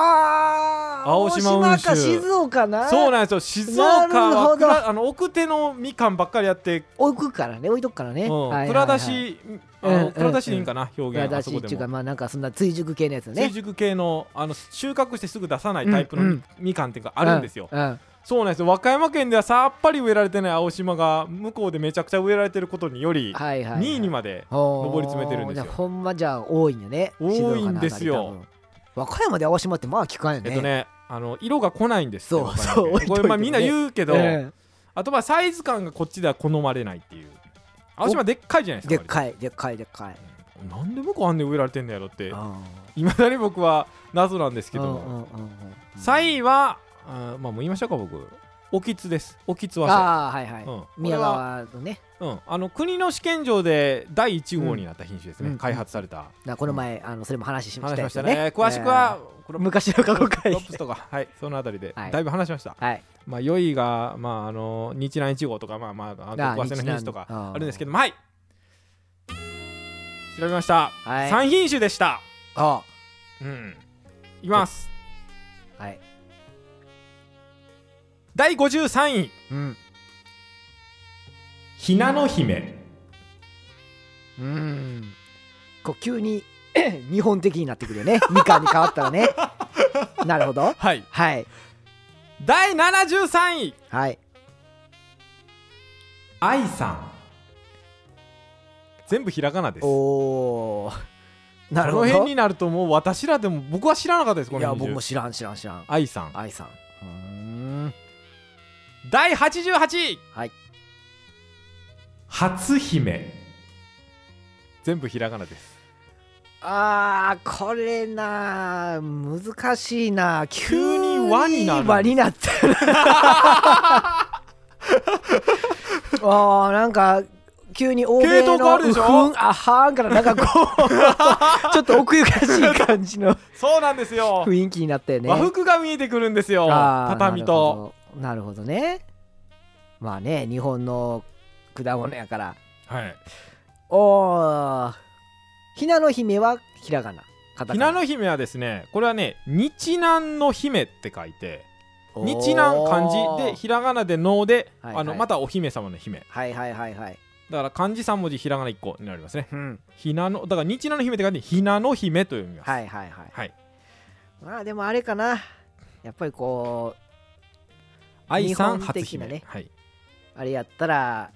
Speaker 2: ああ
Speaker 1: 青島雲州
Speaker 2: か静岡な
Speaker 1: そう
Speaker 2: な
Speaker 1: なんですよ静
Speaker 2: な
Speaker 1: 岡
Speaker 2: るほ
Speaker 1: は
Speaker 2: ど
Speaker 1: くらあの奥手のみかんばっかりやって
Speaker 2: 置くからね置いとくからね、
Speaker 1: うん
Speaker 2: はいはいはい
Speaker 1: 蔵出しあ
Speaker 2: うんうんう
Speaker 1: の
Speaker 2: ん
Speaker 1: 蔵出しでいいんかな表
Speaker 2: 蔵
Speaker 1: 現あ
Speaker 2: 出
Speaker 1: そ
Speaker 2: し
Speaker 1: こ
Speaker 2: ってい
Speaker 1: で
Speaker 2: うか
Speaker 1: も
Speaker 2: まあなんかそんな追熟系のやつね
Speaker 1: 追熟系のあの収穫してすぐ出さないタイプの
Speaker 2: うんう
Speaker 1: み
Speaker 2: ん
Speaker 1: みかんっていうかあるんですよ
Speaker 2: うんうん
Speaker 1: そうなんですよ和歌山県ではさっぱり植えられてない青島が向こうでめちゃくちゃ植えられてることにより
Speaker 2: はいはい、はい、
Speaker 1: 2位にまで
Speaker 2: 上
Speaker 1: り詰めてるんですよ
Speaker 2: ほんまじゃあ多いんよね
Speaker 1: 多いんですよ
Speaker 2: 静岡の辺り多分和歌山で青島ってまあ聞かんよね
Speaker 1: えっとねあの色が来ないんですよ
Speaker 2: そう
Speaker 1: やっぱりね
Speaker 2: そう
Speaker 1: これまあ
Speaker 2: 置
Speaker 1: み
Speaker 2: い
Speaker 1: ん
Speaker 2: と
Speaker 1: ない
Speaker 2: てね
Speaker 1: 言うけど
Speaker 2: うん
Speaker 1: あとまあサイズ感がこっちでは好まれないっていう青島でっかいじゃないで
Speaker 2: ですっ
Speaker 1: か
Speaker 2: かいでっかいでっかい
Speaker 1: 割となんで向こうあんねん植えられてんのやろって
Speaker 2: あ
Speaker 1: いまだに僕は謎なんですけ
Speaker 2: ーうん
Speaker 1: ど
Speaker 2: うんうんうん
Speaker 1: 3位はあーまあもう言いましたか僕おきつですおきつは
Speaker 2: ああはいはい、
Speaker 1: うん
Speaker 2: 宮川のね
Speaker 1: うん、あの国の試験場で第1号になった品種ですね、
Speaker 2: うん
Speaker 1: 開発された、
Speaker 2: なこの前、あのそれも話しま
Speaker 1: 話
Speaker 2: した
Speaker 1: しま
Speaker 2: や
Speaker 1: し
Speaker 2: つ
Speaker 1: た
Speaker 2: ね
Speaker 1: ね詳しくは、こ
Speaker 2: えー
Speaker 1: れ
Speaker 2: 昔の過去回
Speaker 1: ロップスとかはいそのあたりで、
Speaker 2: はい
Speaker 1: だいぶ話しました
Speaker 2: はい
Speaker 1: まあ良いがまああの日南一号とかまあまあ
Speaker 2: あ
Speaker 1: あのの品種と
Speaker 2: 日南
Speaker 1: か
Speaker 2: あー
Speaker 1: あるんですけどはい調べました、
Speaker 2: はい
Speaker 1: 三3品種でした
Speaker 2: あ
Speaker 1: うんいきます
Speaker 2: あはい
Speaker 1: 第53位
Speaker 2: うん
Speaker 1: ひなの姫
Speaker 2: うんこう急に 日本的になってくるよねみかんに変わった らねなるほど
Speaker 1: はい
Speaker 2: はい
Speaker 1: 第73位
Speaker 2: はい
Speaker 1: 愛さん全部ひらがなです
Speaker 2: おーなるほ
Speaker 1: こ
Speaker 2: ど
Speaker 1: の辺になるともう私らでも僕は知らなかったですこ
Speaker 2: い
Speaker 1: の
Speaker 2: や
Speaker 1: 品種
Speaker 2: 僕も知らん知らん知らん
Speaker 1: 愛さん
Speaker 2: 愛さんうーん
Speaker 1: 第88位
Speaker 2: はい
Speaker 1: 初姫全部ひらがなです
Speaker 2: あーこれなあ難しいなあ
Speaker 1: 急に輪になる
Speaker 2: 急輪になった なあーなんか急に欧米
Speaker 1: 系統
Speaker 2: の
Speaker 1: 変わるでしょ
Speaker 2: うふんあはーんからなんかこ うちょっと奥ゆかしい感じの
Speaker 1: そうなんですよ
Speaker 2: 雰囲気になったよね
Speaker 1: 和服が見えてくるんですよ
Speaker 2: あー
Speaker 1: 畳と
Speaker 2: なるほどなるほどねまあね日本の果物やから
Speaker 1: はい
Speaker 2: おーひなの姫はひらがなカタカ
Speaker 1: ひなの姫はですねこれはね日南の姫って書いて日南漢字で
Speaker 2: おー
Speaker 1: ひらがなで能で、
Speaker 2: はいはい
Speaker 1: あのまたお姫様の姫
Speaker 2: はいはいはいはい
Speaker 1: だから漢字3文字ひらがな1個になりますね
Speaker 2: うん
Speaker 1: ひなのだから日南の姫って書いてひなの姫と読みます
Speaker 2: はいはいはい
Speaker 1: はい
Speaker 2: まあでもあれかなやっぱりこ
Speaker 1: 愛さん
Speaker 2: 日本
Speaker 1: 初
Speaker 2: 的
Speaker 1: 姫、
Speaker 2: なね
Speaker 1: はい、
Speaker 2: うあれやったら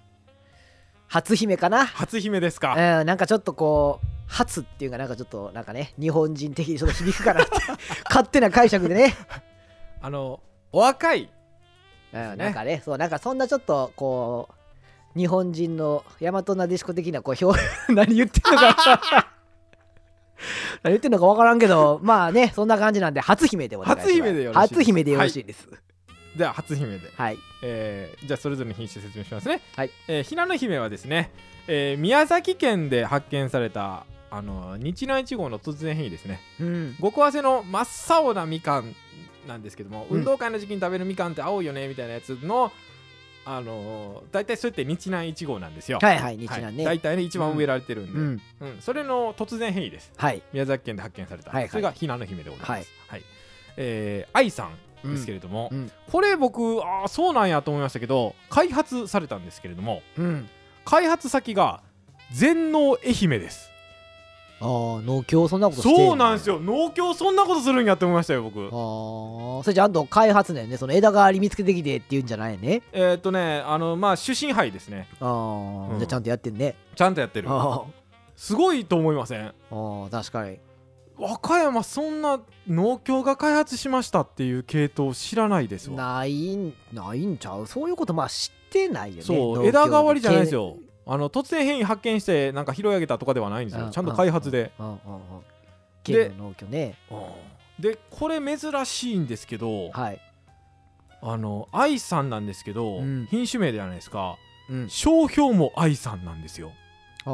Speaker 2: 初姫かな
Speaker 1: 初姫ですか
Speaker 2: うんなんかちょっとこう初っていうかなんかちょっとなんかね日本人的にちょっと響くかな って勝手な解釈でね
Speaker 1: あのお若い
Speaker 2: うん
Speaker 1: ね
Speaker 2: なんかねそうなんかそんなちょっとこう日本人の大和なでしこ的なこう表 何言ってんのか 何言ってんのか分からんけどまあねそんな感じなんで初姫でお願いします
Speaker 1: 初姫でよろしいです
Speaker 2: 初姫でよろしいです
Speaker 1: では初姫で
Speaker 2: はい
Speaker 1: えーじゃあそれぞれの品種説明しますね、
Speaker 2: はい
Speaker 1: えーひなの姫はですね、えー宮崎県で発見されたあの日南一号の突然変異ですね
Speaker 2: うん
Speaker 1: 極早せの真っ青なみかんなんですけども、
Speaker 2: うん
Speaker 1: 運動会の時期に食べるみかんって青いよねみたいなやつのあのー大体そうやって日南一号なんですよ、
Speaker 2: はいはい日南ね、
Speaker 1: はい大体ね一番植えられてるんで、
Speaker 2: う
Speaker 1: うん
Speaker 2: ん
Speaker 1: それの突然変異です
Speaker 2: はい
Speaker 1: 宮崎県で発見された、
Speaker 2: はいはい
Speaker 1: それがひなの姫でございます、はいえー愛さんですけれども、
Speaker 2: うんうん
Speaker 1: これ僕あーそうなんやと思いましたけど開発されたんですけれども
Speaker 2: うん
Speaker 1: 開発先が全農愛媛です
Speaker 2: ああ農協そんなことしてんの
Speaker 1: そうなんですよ農協そんなことするんやって思いましたよ僕
Speaker 2: ああそれちゃんと開発だよねその枝代わり見つけてきてっていうんじゃないね
Speaker 1: えーっとねあのまあ主審杯ですね
Speaker 2: ああ、
Speaker 1: うん
Speaker 2: じゃあちゃんとやってんね
Speaker 1: ちゃんとやってる
Speaker 2: あ
Speaker 1: すごいと思いません
Speaker 2: ーあー確かに
Speaker 1: 和歌山そんな農協が開発しましたっていう系統知らないですわ
Speaker 2: ないんないんちゃうそういうことまあ知ってないよね
Speaker 1: そう枝代わりじゃないです
Speaker 2: よ、
Speaker 1: よあの突然変異発見してなんか拾い上げたとかではないんです
Speaker 2: う
Speaker 1: よちゃんと開発で
Speaker 2: うんうんうん
Speaker 1: で
Speaker 2: 県の農協ね
Speaker 1: うんでこれ珍しいんですけど、
Speaker 2: はい、
Speaker 1: あの愛さんなんですけど、
Speaker 2: うん
Speaker 1: 品種名じゃないですか
Speaker 2: うん、
Speaker 1: 商標も愛さんなんですよ変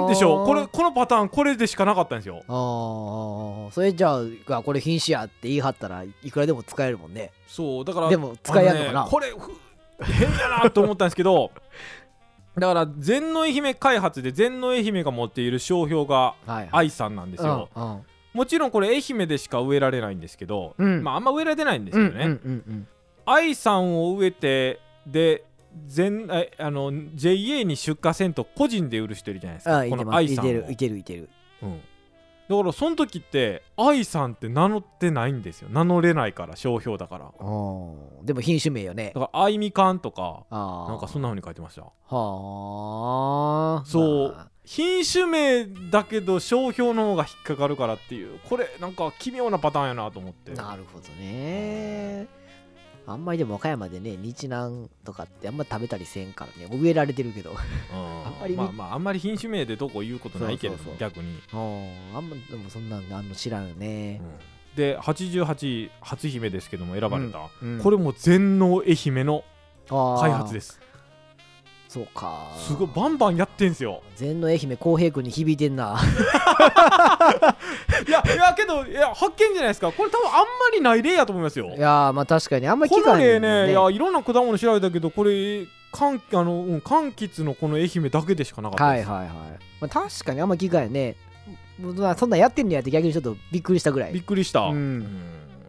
Speaker 2: 変
Speaker 1: でしょこれこのパターンこれでしかなかったんですよ
Speaker 2: ああそれじゃああこれ品種やって言い張ったらいくらでも使えるもんね
Speaker 1: そうだから
Speaker 2: でも使いやんのか
Speaker 1: あ
Speaker 2: な、
Speaker 1: ねこれふ変やなと思ったんですけど だから全農愛媛開発で全農愛媛が持っている商標が
Speaker 2: はいい
Speaker 1: 愛さんなんですよ、
Speaker 2: うんうん
Speaker 1: もちろんこれ愛媛でしか植えられないんですけど、
Speaker 2: うん
Speaker 1: まああんま植えられてないんですよね、
Speaker 2: うんうんうん
Speaker 1: 愛さんを植えてで全えあの JA に出荷せんと個人で売る人いるじゃないです
Speaker 2: あ
Speaker 1: か
Speaker 2: い
Speaker 1: こ
Speaker 2: て
Speaker 1: の
Speaker 2: ます
Speaker 1: 愛
Speaker 2: い
Speaker 1: さんを
Speaker 2: てるいてるいてる
Speaker 1: うん、だからその時って愛さんって名乗ってないんですよ名乗れないから商標だから
Speaker 2: あーでも品種名よね
Speaker 1: だから愛みかんとか
Speaker 2: ああ
Speaker 1: なんかそんな風に書いてました
Speaker 2: はあ
Speaker 1: そう、
Speaker 2: まあ
Speaker 1: 品種名だけど商標の方が引っかかるからっていうこれなんか奇妙なパターンやなと思って
Speaker 2: なるほどねあんまりでも和歌山でね日南とかってあんま食べたりせんからね植えられてるけど
Speaker 1: うん
Speaker 2: あんまりみ
Speaker 1: まあまああんまり品種名でどこ言うことないけれども
Speaker 2: そうそうそ
Speaker 1: 逆に、
Speaker 2: あ ーあんまでもそんなんあんの知らんよね、
Speaker 1: で88位初姫ですけども選ばれた、
Speaker 2: うん
Speaker 1: これも全農愛媛の開
Speaker 2: 開
Speaker 1: 発です
Speaker 2: そうか
Speaker 1: すごいバンバンやってんすよ
Speaker 2: 全の愛媛浩平君に響いてんな
Speaker 1: いやいやけどいや発見じゃないですかこれ多分あんまりない例やと思いますよ
Speaker 2: いやーまあ確かにあんまり
Speaker 1: こ
Speaker 2: 聞
Speaker 1: の
Speaker 2: かへん
Speaker 1: 例
Speaker 2: よ
Speaker 1: ねいやいろんな果物調べたけどこれかんあの、うん、柑橘のこの愛媛だけでしかなかった
Speaker 2: は
Speaker 1: で
Speaker 2: い
Speaker 1: す、
Speaker 2: はいはい、まあ、確かにあんま聞かへんねもうまあそんなんやってんのやって逆にちょっとびっくりしたぐらい
Speaker 1: びっくりした、
Speaker 2: う
Speaker 1: うんん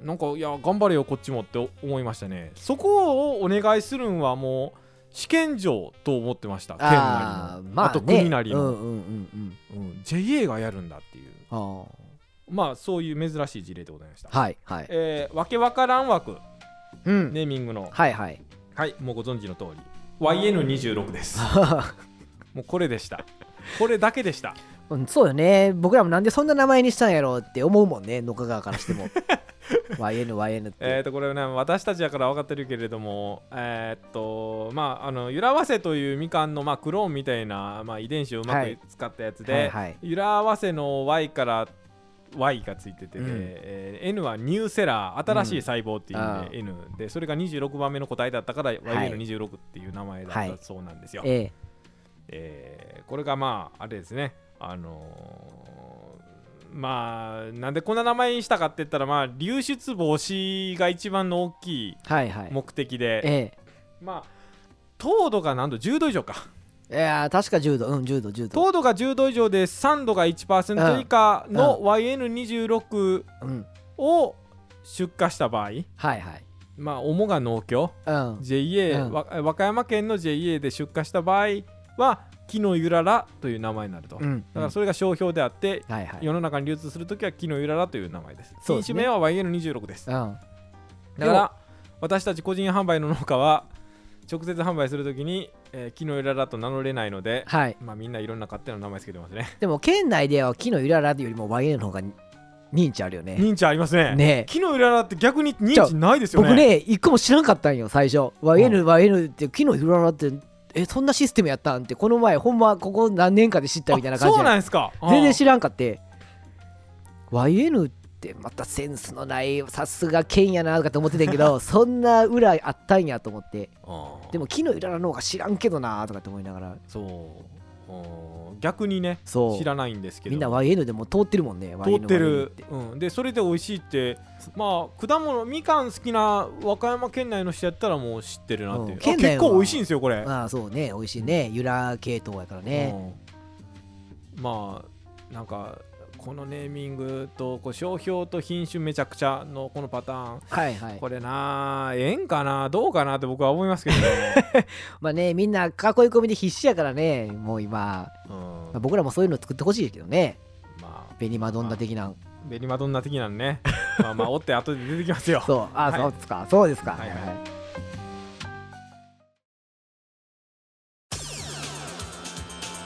Speaker 1: なんかいや頑張れよこっちもって思いましたねそこをお願いするんはもう試験場と思ってました県な
Speaker 2: あ
Speaker 1: り
Speaker 2: ー
Speaker 1: の、
Speaker 2: まあ、ね、
Speaker 1: と国なり
Speaker 2: う
Speaker 1: の、
Speaker 2: んうんうんうん
Speaker 1: うん JA がやるんだっていう
Speaker 2: あ
Speaker 1: まあそういう珍しい事例でございました、
Speaker 2: ーはいはい
Speaker 1: えー、わけわからん枠
Speaker 2: うん
Speaker 1: ネーミングの
Speaker 2: はいはい
Speaker 1: はいもうご存知の通り YN26 ですもうこれでした これだけでした
Speaker 2: うんそうよね僕らもなんでそんな名前にしたんやろうって思うもんね野香川からし ても YNYN って、
Speaker 1: えー、とこれね私たちやから分かってるけれどもえーっとまああのゆらわせというみかんの、まあ、クローンみたいな、まあ、遺伝子をうま
Speaker 2: は
Speaker 1: く
Speaker 2: い
Speaker 1: 使ったやつで、
Speaker 2: はいはい
Speaker 1: ゆらわせの Y から Y がついてて、
Speaker 2: うん
Speaker 1: えー N はニューセラー新しい細胞っていう意味で N でそれが26番目の答えだったから YN26 っていう名前だったそうなんですよ、
Speaker 2: ええ
Speaker 1: えーこれがまああれですねあのーまあなんでこんな名前にしたかって言ったらまあ流出防止が一番の大きい
Speaker 2: はいはい
Speaker 1: 目的で、
Speaker 2: ええ
Speaker 1: まあ糖度が何度10度以上か
Speaker 2: いやー確か10度うん10度10度
Speaker 1: 糖度が10度以上で酸度が1%以下の
Speaker 2: う
Speaker 1: YN26
Speaker 2: うん
Speaker 1: を出荷した場合
Speaker 2: はいはい
Speaker 1: まあ主が農協
Speaker 2: うん
Speaker 1: JA、
Speaker 2: うん
Speaker 1: わ和歌山県の JA で出荷した場合は木のゆららという名前になると、
Speaker 2: う
Speaker 1: だ
Speaker 2: ん
Speaker 1: からそれが商標であって
Speaker 2: はいはい
Speaker 1: 世の中に流通するときは木のゆららという名前です。品
Speaker 2: そうです
Speaker 1: 種
Speaker 2: ね
Speaker 1: 名は YN26 です。
Speaker 2: うん
Speaker 1: だから私たち個人販売の農家は直接販売するときに、えー木のゆららと名乗れないので、
Speaker 2: はい
Speaker 1: まあみんないろんな勝手な名前つけてますね。
Speaker 2: でも県内では木のゆららよりも YN の方が認知あるよね
Speaker 1: 認知ありますね。
Speaker 2: ねえ
Speaker 1: 木のゆららって逆に認知ないですよね。
Speaker 2: 僕ね一個も知らんかったんよ最初 YNYN って木のゆららってえそんなシステムやったんってこの前ほんまここ何年かで知ったみたいな感
Speaker 1: あ
Speaker 2: じ
Speaker 1: そうな
Speaker 2: で
Speaker 1: んですか。
Speaker 2: 全然
Speaker 1: ら
Speaker 2: 知らんかって YN ってまたセンスのないさすが県やなとかって思ってたんや けどそんな裏あったんやと思って
Speaker 1: ない
Speaker 2: でも木のゆららの方が知らんけどなとかって思いながら
Speaker 1: そううん逆にね
Speaker 2: そう
Speaker 1: 知らないんですけど
Speaker 2: みんな YN でも通ってるもんね
Speaker 1: 通
Speaker 2: YN
Speaker 1: ってる
Speaker 2: YN て、
Speaker 1: うん、でそれで美味しいってまあ果物みかん好きな和歌山県内の人やったらもう知ってるなっていうあ
Speaker 2: うん県内は
Speaker 1: 結構美味しいんですよこれ、
Speaker 2: まあそうね美味しいねゆら系統やからね
Speaker 1: うんまあなんかこのネーミングとこう商標と品種めちゃくちゃのこのパターン
Speaker 2: はいはい
Speaker 1: これなあええんかなどうかなって僕は思いますけどね、
Speaker 2: まあねみんな囲い込みで必死やからねもう今、
Speaker 1: うん
Speaker 2: まあ僕らもそういうの作ってほしいけどね
Speaker 1: まあ
Speaker 2: ベニマドンナ的な
Speaker 1: ベリマドンナ的なのねまあまあ折って後で出てきます よ
Speaker 2: そうああ、
Speaker 1: はい
Speaker 2: そうですかそうですか
Speaker 1: はいはい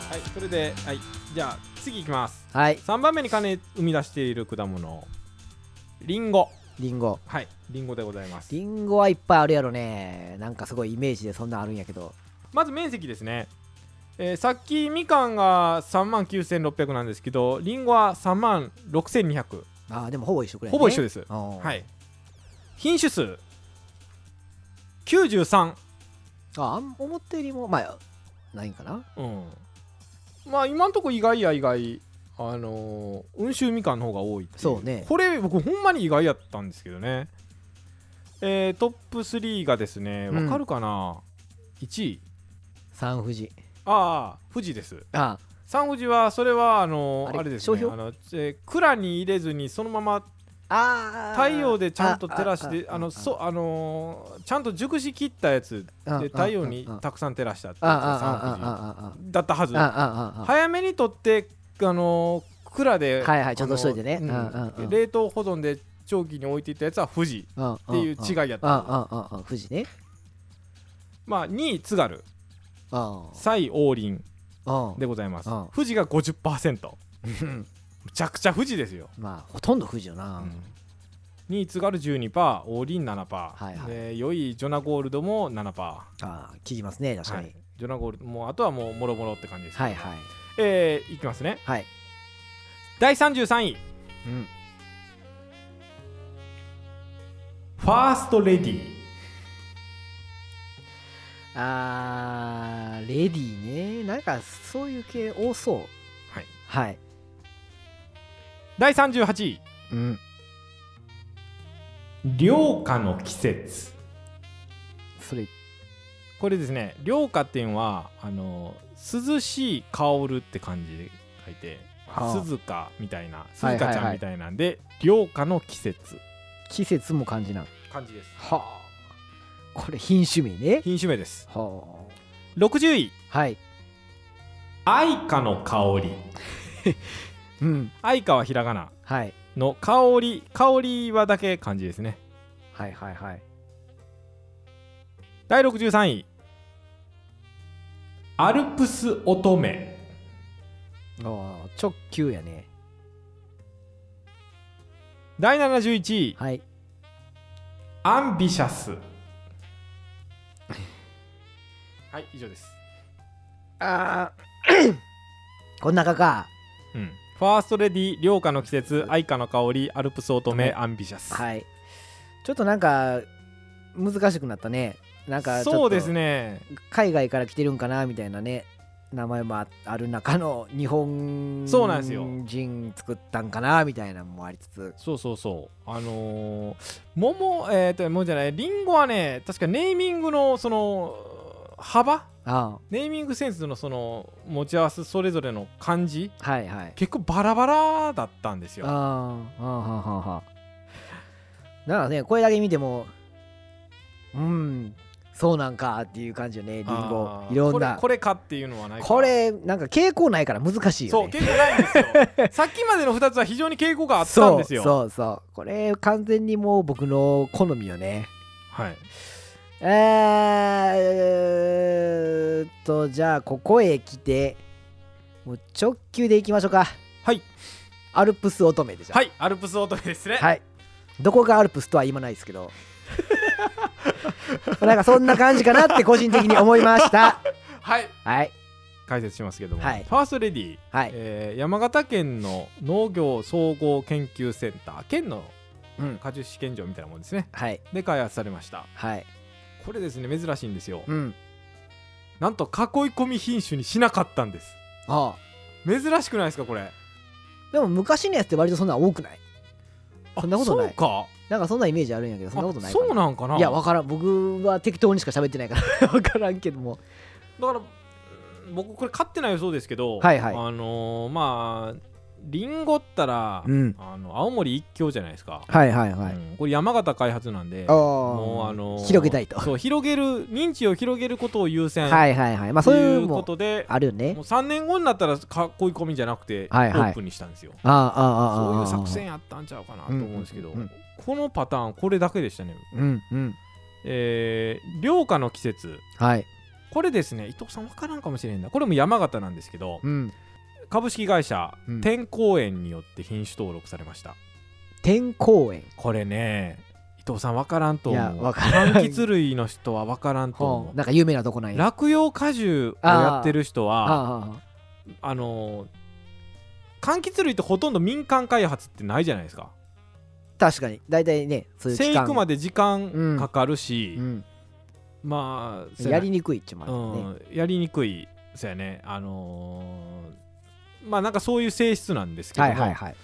Speaker 1: はいそれではいじゃあ次いきます
Speaker 2: はい
Speaker 1: 3番目に金生み出している果物リンゴ
Speaker 2: リンゴ
Speaker 1: はいリンゴでございます
Speaker 2: リンゴはいっぱいあるやろねなんかすごいイメージでそんなんあるんやけど
Speaker 1: まず面積ですね、えーさっきみかんが3万9600なんですけどリンゴは3万6200
Speaker 2: ああでもほぼ一緒くらい、ね、
Speaker 1: ほぼ一緒です
Speaker 2: は
Speaker 1: はい品種数93
Speaker 2: ああん思ったよりもまあないんかな
Speaker 1: うんまあ今んとこ意外や意外あのー温州みかんの方が多いってい
Speaker 2: そうね
Speaker 1: これ僕ほんまに意外やったんですけどねえートップ3がですね
Speaker 2: うん
Speaker 1: わかるかな、1位
Speaker 2: 三富士
Speaker 1: ああ富士です
Speaker 2: あ
Speaker 1: 三富士はそれはあのー
Speaker 2: あ
Speaker 1: あ
Speaker 2: れ
Speaker 1: れです
Speaker 2: 商
Speaker 1: ね
Speaker 2: 標
Speaker 1: あの、えー蔵に入れずにそのまま
Speaker 2: あ
Speaker 1: 太陽でちゃんと照らしてあの
Speaker 2: う
Speaker 1: そあのーちゃんと熟しきったやつで太陽にたくさん照らしたって
Speaker 2: ああ
Speaker 1: や
Speaker 2: あ
Speaker 1: つが三富士
Speaker 2: ああああああああああああああ
Speaker 1: だったはず
Speaker 2: あああ
Speaker 1: 早めに取ってあのー蔵で
Speaker 2: はいはい
Speaker 1: あのー
Speaker 2: ちゃんとしといてね
Speaker 1: うん
Speaker 2: うんうんうん
Speaker 1: 冷凍保存で長期に置いていたやつは富士
Speaker 2: あ
Speaker 1: っていう違いやった
Speaker 2: あああああ富士ね
Speaker 1: まあ2位津軽
Speaker 2: あ
Speaker 1: 蔡王林
Speaker 2: あ
Speaker 1: でございます
Speaker 2: うん
Speaker 1: 富士が50%むちゃくちゃ富士ですよ
Speaker 2: まあほとんど富士よな
Speaker 1: 2位津軽12%王林
Speaker 2: はいは
Speaker 1: 7%
Speaker 2: い
Speaker 1: で4位ジョナゴールドも7%
Speaker 2: ああ聞きますね確か
Speaker 1: は
Speaker 2: に
Speaker 1: いジョナゴールドもうあとはもうもろもろって感じです
Speaker 2: はいはい
Speaker 1: えーいきますね
Speaker 2: はい
Speaker 1: 第33位
Speaker 2: うん
Speaker 1: ファーストレディー
Speaker 2: あーレディーねなんかそういう系多そう
Speaker 1: はい
Speaker 2: はい
Speaker 1: 第38位
Speaker 2: うん
Speaker 1: 涼夏の季節
Speaker 2: それ
Speaker 1: これですね涼夏っていうのはあの涼しい香るって感じで書いて
Speaker 2: はあ
Speaker 1: 鈴鹿みたいな
Speaker 2: はいはい
Speaker 1: 鈴鹿ちゃんみたいなんで涼夏の季節
Speaker 2: 季節も感じなん
Speaker 1: 感じです
Speaker 2: はあこれ品種名ね
Speaker 1: 品種名です
Speaker 2: は
Speaker 1: 60位
Speaker 2: あはい
Speaker 1: 愛花の香り
Speaker 2: うん
Speaker 1: 愛花はひらがな
Speaker 2: はい
Speaker 1: の香り香りはだけ漢字ですね
Speaker 2: はいはいはい
Speaker 1: 第63位アルプス乙女
Speaker 2: ああ直球やね
Speaker 1: 第71位
Speaker 2: はい
Speaker 1: アンビシャスはい以上です、
Speaker 2: ああこん中か
Speaker 1: うん、ファーストレディ涼夏の季節愛花の香りアルプス乙女アンビシャス、
Speaker 2: はいちょっとなんか難しくなったねなんかちょっと
Speaker 1: そうですね
Speaker 2: 海外から来てるんかなみたいなね名前もあある中の日本
Speaker 1: そうなんですよ
Speaker 2: 人作ったんかなみたいなのもありつつ
Speaker 1: そうそうそうあのー、桃えっ、と桃じゃないリンゴはね確かネーミングのその幅
Speaker 2: あ
Speaker 1: ネーミングセンスのその持ち合わせそれぞれの感じ
Speaker 2: あはいはい
Speaker 1: 結構バラバラだったんです
Speaker 2: ああ
Speaker 1: よ
Speaker 2: ああはあはあはあだからねこれだけ見てもうんそうなんかっていう感じよねリンゴ
Speaker 1: あー
Speaker 2: いろん
Speaker 1: こ
Speaker 2: な
Speaker 1: れこれかっていうのはないか
Speaker 2: これなんか傾向ないから難しい
Speaker 1: そ
Speaker 2: よ
Speaker 1: う
Speaker 2: ね
Speaker 1: 傾向ないんです よさっきまでの2つは非常に傾向があったんですよ
Speaker 2: そうそうそうこれ完全にもう僕の好みよね
Speaker 1: はい
Speaker 2: えーっとじゃあここへ来てもう直球でいきましょうか
Speaker 1: はい
Speaker 2: アルプス乙女でじゃあ
Speaker 1: はいアルプス乙女ですね、
Speaker 2: はいどこがアルプスとは言わないですけど なんかそんな感じかなって個人的に思いました
Speaker 1: はい
Speaker 2: はい
Speaker 1: 解説しますけども、
Speaker 2: はい
Speaker 1: ファーストレディー、
Speaker 2: はい
Speaker 1: えー山形県の農業総合研究センター県の
Speaker 2: うん
Speaker 1: 果樹試験場みたいなもんですね
Speaker 2: はい
Speaker 1: で開発されました
Speaker 2: はい
Speaker 1: これですね珍しいんですよ
Speaker 2: うん
Speaker 1: なんと囲い込み品種にしなかったんです
Speaker 2: ああ
Speaker 1: 珍しくないですかこれ
Speaker 2: でも昔のやつって割とそんな多くないそんなことない
Speaker 1: そうか
Speaker 2: なんかそんなイメージあるんやけどそんなことない
Speaker 1: あ
Speaker 2: かな
Speaker 1: そうなんかない
Speaker 2: や分からん僕は適当にしか喋ってないから 分からんけども
Speaker 1: だからうん僕これ買ってない予想ですけど、
Speaker 2: はいはい
Speaker 1: あのーまあリンゴったら、
Speaker 2: うん
Speaker 1: あの青森一強じゃないですか、
Speaker 2: はいはいは
Speaker 1: うんこれ山形開発なんで
Speaker 2: ああ
Speaker 1: もうあのー
Speaker 2: 広げたいと
Speaker 1: そう広げる認知を広げることを優先と
Speaker 2: はいはいはいまあそうい
Speaker 1: い
Speaker 2: うの
Speaker 1: うこ
Speaker 2: も
Speaker 1: とで
Speaker 2: あるよね
Speaker 1: もう3年後になったら囲い込みじゃなくてオ
Speaker 2: はいはい
Speaker 1: ープンにしたんですよ、
Speaker 2: ああああああ
Speaker 1: そう
Speaker 2: あ
Speaker 1: いう
Speaker 2: あ
Speaker 1: 作戦やったんちゃうかなと思うんですけど、
Speaker 2: うんうんうん
Speaker 1: このパターンこれだけでしたね
Speaker 2: うんうん
Speaker 1: えー、涼夏の季節
Speaker 2: はい
Speaker 1: これですね伊藤さん分からんかもしれんなこれも山形なんですけど、
Speaker 2: うん
Speaker 1: 株式会社、
Speaker 2: うん
Speaker 1: 天公園によって品種登録されました
Speaker 2: 天公園
Speaker 1: これね伊藤さん分からんと
Speaker 2: い
Speaker 1: 思
Speaker 2: や
Speaker 1: う
Speaker 2: 分からん
Speaker 1: 柑橘類の人は分からんと
Speaker 2: ほ
Speaker 1: 思
Speaker 2: うなんか有名なとこなん
Speaker 1: う
Speaker 2: や
Speaker 1: 落葉果樹をやってる人
Speaker 2: あ
Speaker 1: はあ
Speaker 2: あ
Speaker 1: のー柑橘類ってほとんど民間開発ってないじゃないですか
Speaker 2: あ確かに大体ねそういう
Speaker 1: 生
Speaker 2: 期間
Speaker 1: 育まで時間かかるし、
Speaker 2: うん、
Speaker 1: まあそう
Speaker 2: や
Speaker 1: やな
Speaker 2: りにくいっちゅうもあるよね、
Speaker 1: うん、やりにくいそうやねあのーまあなんかそういう性質なんですけど
Speaker 2: は
Speaker 1: も、
Speaker 2: いはいはい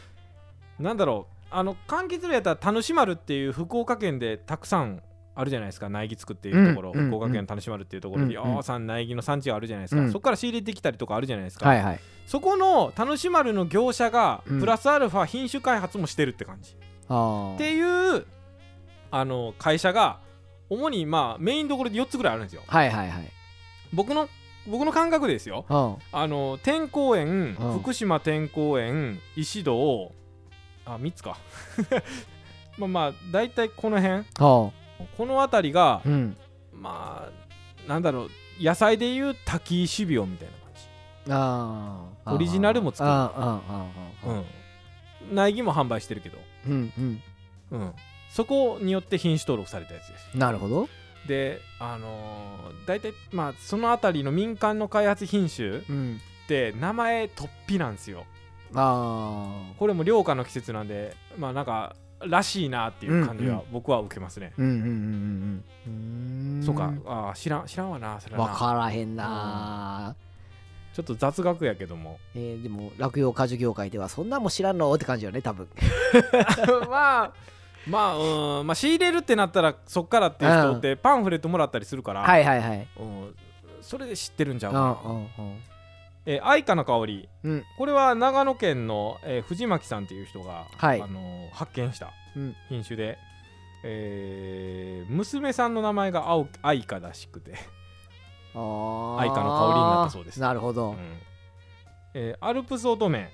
Speaker 1: なんだろうあの柑橘類やったら田主丸っていう福岡県でたくさんあるじゃないですか苗木作っていうところ、
Speaker 2: うんうん
Speaker 1: 福岡県の田主丸っていうところに
Speaker 2: う
Speaker 1: よ
Speaker 2: んうん
Speaker 1: うさん苗木の産地があるじゃないですか、
Speaker 2: うん
Speaker 1: そこから仕入れてきたりとかあるじゃないですか、
Speaker 2: はいはい
Speaker 1: そこの田主丸の業者が
Speaker 2: うん
Speaker 1: プラスアルファ品種開発もしてるって感じ、
Speaker 2: あ
Speaker 1: っ
Speaker 2: ー
Speaker 1: ていうあの会社が主にまあメインどころで4つぐらいあるんですよ
Speaker 2: はいはいはい
Speaker 1: 僕の僕の感覚でですよ
Speaker 2: うん
Speaker 1: あの天公園
Speaker 2: うん
Speaker 1: 福島天公園石堂あ3つか まあまあ大体この辺
Speaker 2: あ
Speaker 1: この辺りが
Speaker 2: ーうん
Speaker 1: まあなんだろう野菜でいう滝石病みたいな感じ
Speaker 2: あー
Speaker 1: オリジナルも作る
Speaker 2: あーあーあーあーあー
Speaker 1: うん苗木も販売してるけど
Speaker 2: うんうん
Speaker 1: うんそこによって品種登録されたやつです
Speaker 2: なるほど
Speaker 1: であのー大体まあその辺りの民間の開発品種っ
Speaker 2: うん
Speaker 1: て名前突飛なんですよ
Speaker 2: あ
Speaker 1: これも涼夏の季節なんでまあなんからしいなっていう感じ
Speaker 2: うんう
Speaker 1: は僕は受けますね、
Speaker 2: あうんうんうんうんうんうーん
Speaker 1: そうかあー知らん知らんわなそれは
Speaker 2: わ
Speaker 1: な
Speaker 2: からへんなー
Speaker 1: ちょっと雑学やけど も
Speaker 2: えーでも落葉果樹業界ではそんなんも知らんのって感じよね多分
Speaker 1: まあ まあうーんまあ仕入れるってなったらそっからっていう人ってパンフレットもらったりするから、
Speaker 2: はいはいはい
Speaker 1: うんそれで知ってるんじゃ
Speaker 2: う
Speaker 1: うんかなえー、愛花の香り、
Speaker 2: うん
Speaker 1: これは長野県の、えー藤巻さんっていう人が、
Speaker 2: はい
Speaker 1: あのー発見した
Speaker 2: うん
Speaker 1: 品種で、えー娘さんの名前が青愛花らしくて、
Speaker 2: うん
Speaker 1: 愛花の香りになったそうです
Speaker 2: なるほど、
Speaker 1: うんえーアルプス乙女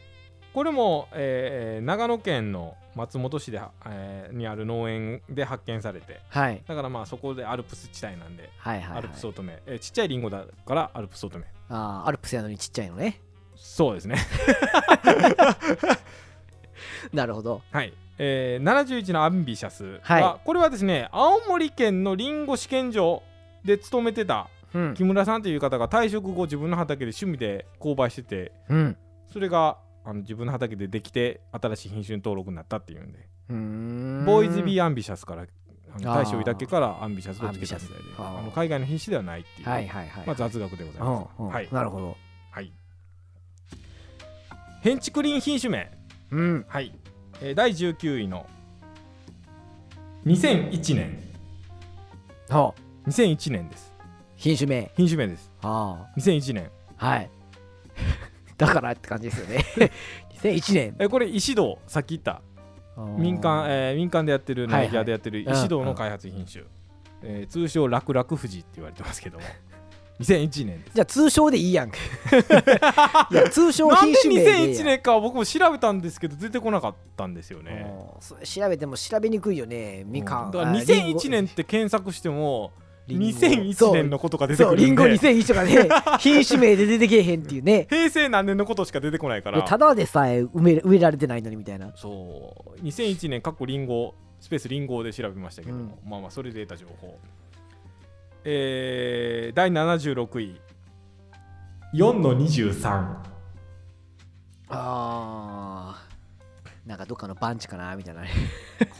Speaker 1: これも、えー長野県の松本市で、えーにある農園で発見されて
Speaker 2: はい
Speaker 1: だからまあそこでアルプス地帯なんで、
Speaker 2: はいはい、はい、
Speaker 1: アルプス乙女、えーちっちゃいリンゴだからアルプス乙女
Speaker 2: あーアルプスやのにちっちゃいのね
Speaker 1: そうですね
Speaker 2: なるほど
Speaker 1: はい、えー、71のアンビシャスは、
Speaker 2: はい
Speaker 1: これはですね青森県のりんご試験場で勤めてた
Speaker 2: うん
Speaker 1: 木村さんという方が退職後自分の畑で趣味で購買してて
Speaker 2: うん
Speaker 1: それがあの自分の畑でできて新しい品種に登録になったっていうんで
Speaker 2: うーん
Speaker 1: ボーイズ・ビー・アンビシャスからあの
Speaker 2: あー
Speaker 1: 大将いだけからアンビシャスをつけたみたいで
Speaker 2: アンビシャスあー
Speaker 1: あの海外の品種ではないっていう、
Speaker 2: はいはいはい、
Speaker 1: まあ、雑学でございま
Speaker 2: う
Speaker 1: す。
Speaker 2: んうん
Speaker 1: はい
Speaker 2: なるほど
Speaker 1: はいヘンチクリン品種名
Speaker 2: うん
Speaker 1: はい、えー第19位の2001年
Speaker 2: は
Speaker 1: 2001年です
Speaker 2: 品種名
Speaker 1: 品種名です
Speaker 2: あ
Speaker 1: 2001年
Speaker 2: あはいだからって感じですよね 2001年
Speaker 1: えーこれ石堂さっき言った民間、えー民間でやってる
Speaker 2: はいはい
Speaker 1: ナイジャーでやってる石堂の開発品種、えー通称楽々富士って言われてますけども2001年です
Speaker 2: じゃあ通称でいいや んいや通称
Speaker 1: なん
Speaker 2: 品
Speaker 1: で
Speaker 2: 種名でいいや
Speaker 1: 2001年か僕も調べたんですけど出てこなかったんですよね
Speaker 2: うんそれ調べても調べにくいよねみか
Speaker 1: うんんだから
Speaker 2: あリンゴ
Speaker 1: 2001年って検索しても
Speaker 2: リンゴ
Speaker 1: 2001年のことが出て
Speaker 2: そ
Speaker 1: く
Speaker 2: うリ
Speaker 1: るん
Speaker 2: ンゴ
Speaker 1: で
Speaker 2: 2001とか ね品種名で出てけえへんっていうね
Speaker 1: 平成何年のことしか出てこないから
Speaker 2: でただでさえ埋め植えられてないのにみたいな
Speaker 1: そう2001年かっこリンゴスペースリンゴで調べましたけども、まあまあそれで得た情報えー、第76位4の23
Speaker 2: あーなんかどっかの番地かなみたいなね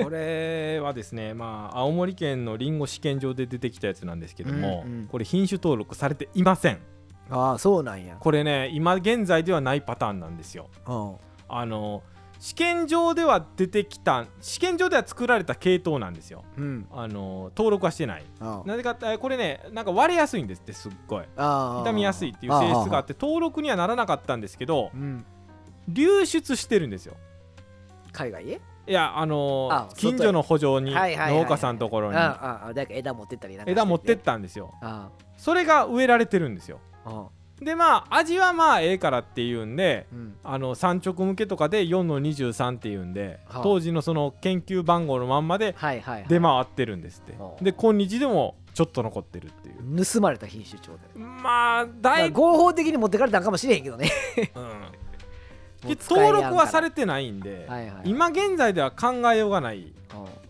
Speaker 1: これはですねまあ青森県のリンゴ試験場で出てきたやつなんですけども、
Speaker 2: うんうん
Speaker 1: これ品種登録されていません
Speaker 2: ああそうなんや
Speaker 1: これね今現在ではないパターンなんですよ
Speaker 2: うん
Speaker 1: あの試験場では出てきた試験場では作られた系統なんですよ
Speaker 2: うん
Speaker 1: あの登録はしてない
Speaker 2: あ
Speaker 1: なぜかってえこれねなんか割れやすいんですってすっごい
Speaker 2: あ
Speaker 1: 傷みやすいっていう性質があ
Speaker 2: っ
Speaker 1: って登録にはならなかったんですけど
Speaker 2: うん
Speaker 1: 流出してるんですよ
Speaker 2: 海外へ
Speaker 1: いやあのー
Speaker 2: あ外へ
Speaker 1: 近所の補助に
Speaker 2: はいはいはいはい
Speaker 1: 農家さんのところに
Speaker 2: あああだから枝持ってったりなんかして
Speaker 1: 枝持ってったんですよ
Speaker 2: あ
Speaker 1: それが植えられてるんですよ
Speaker 2: ああ
Speaker 1: でまあ味はまあええからっていうんで
Speaker 2: うん
Speaker 1: あの産直向けとかで4の23っていうんで
Speaker 2: はあ
Speaker 1: 当時のその研究番号のまんまで
Speaker 2: はいはいはい
Speaker 1: 出回ってるんですって
Speaker 2: はあ
Speaker 1: で今日でもちょっと残ってるっていう
Speaker 2: 盗まれた品種ちょうだい
Speaker 1: まあ
Speaker 2: ま
Speaker 1: だ
Speaker 2: あ
Speaker 1: い
Speaker 2: 合法的に持ってかれたんかもしれへんけどね
Speaker 1: うん、
Speaker 2: もう
Speaker 1: で
Speaker 2: 使えや ん
Speaker 1: 登
Speaker 2: から
Speaker 1: 録はされてないんで、
Speaker 2: はいはい
Speaker 1: 今現在では考えようがない
Speaker 2: うん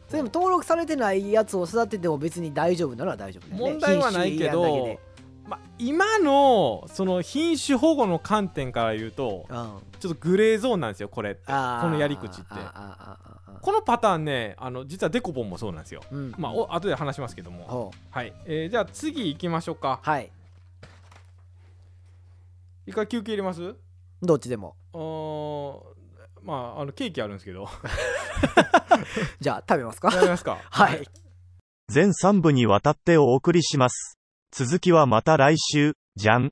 Speaker 2: それでも登録されてないやつを育てても別に大丈夫なのは大丈夫だよね
Speaker 1: 問題はないけ
Speaker 2: 品種やんだ
Speaker 1: ど、
Speaker 2: けで
Speaker 1: ままあ、今のその品種保護の観点から言うと
Speaker 2: うんあ
Speaker 1: ちょっとグレーゾーンなんですよこれって
Speaker 2: ー
Speaker 1: このやり口って
Speaker 2: あーあーあーあー
Speaker 1: このパターンねあの実はデコポンもそうなんですよ
Speaker 2: うん
Speaker 1: まあお後で話しますけども
Speaker 2: ほう
Speaker 1: はい、えーじゃあ次行きましょうか
Speaker 2: はい
Speaker 1: 一回休憩入れますう
Speaker 2: どっちでも
Speaker 1: ーんまああのケーキあるんですけ ど
Speaker 2: じゃあ食べますか
Speaker 1: やりますか
Speaker 2: はい
Speaker 3: 全3部にわたってお送りします。続きはまた来週、じゃん。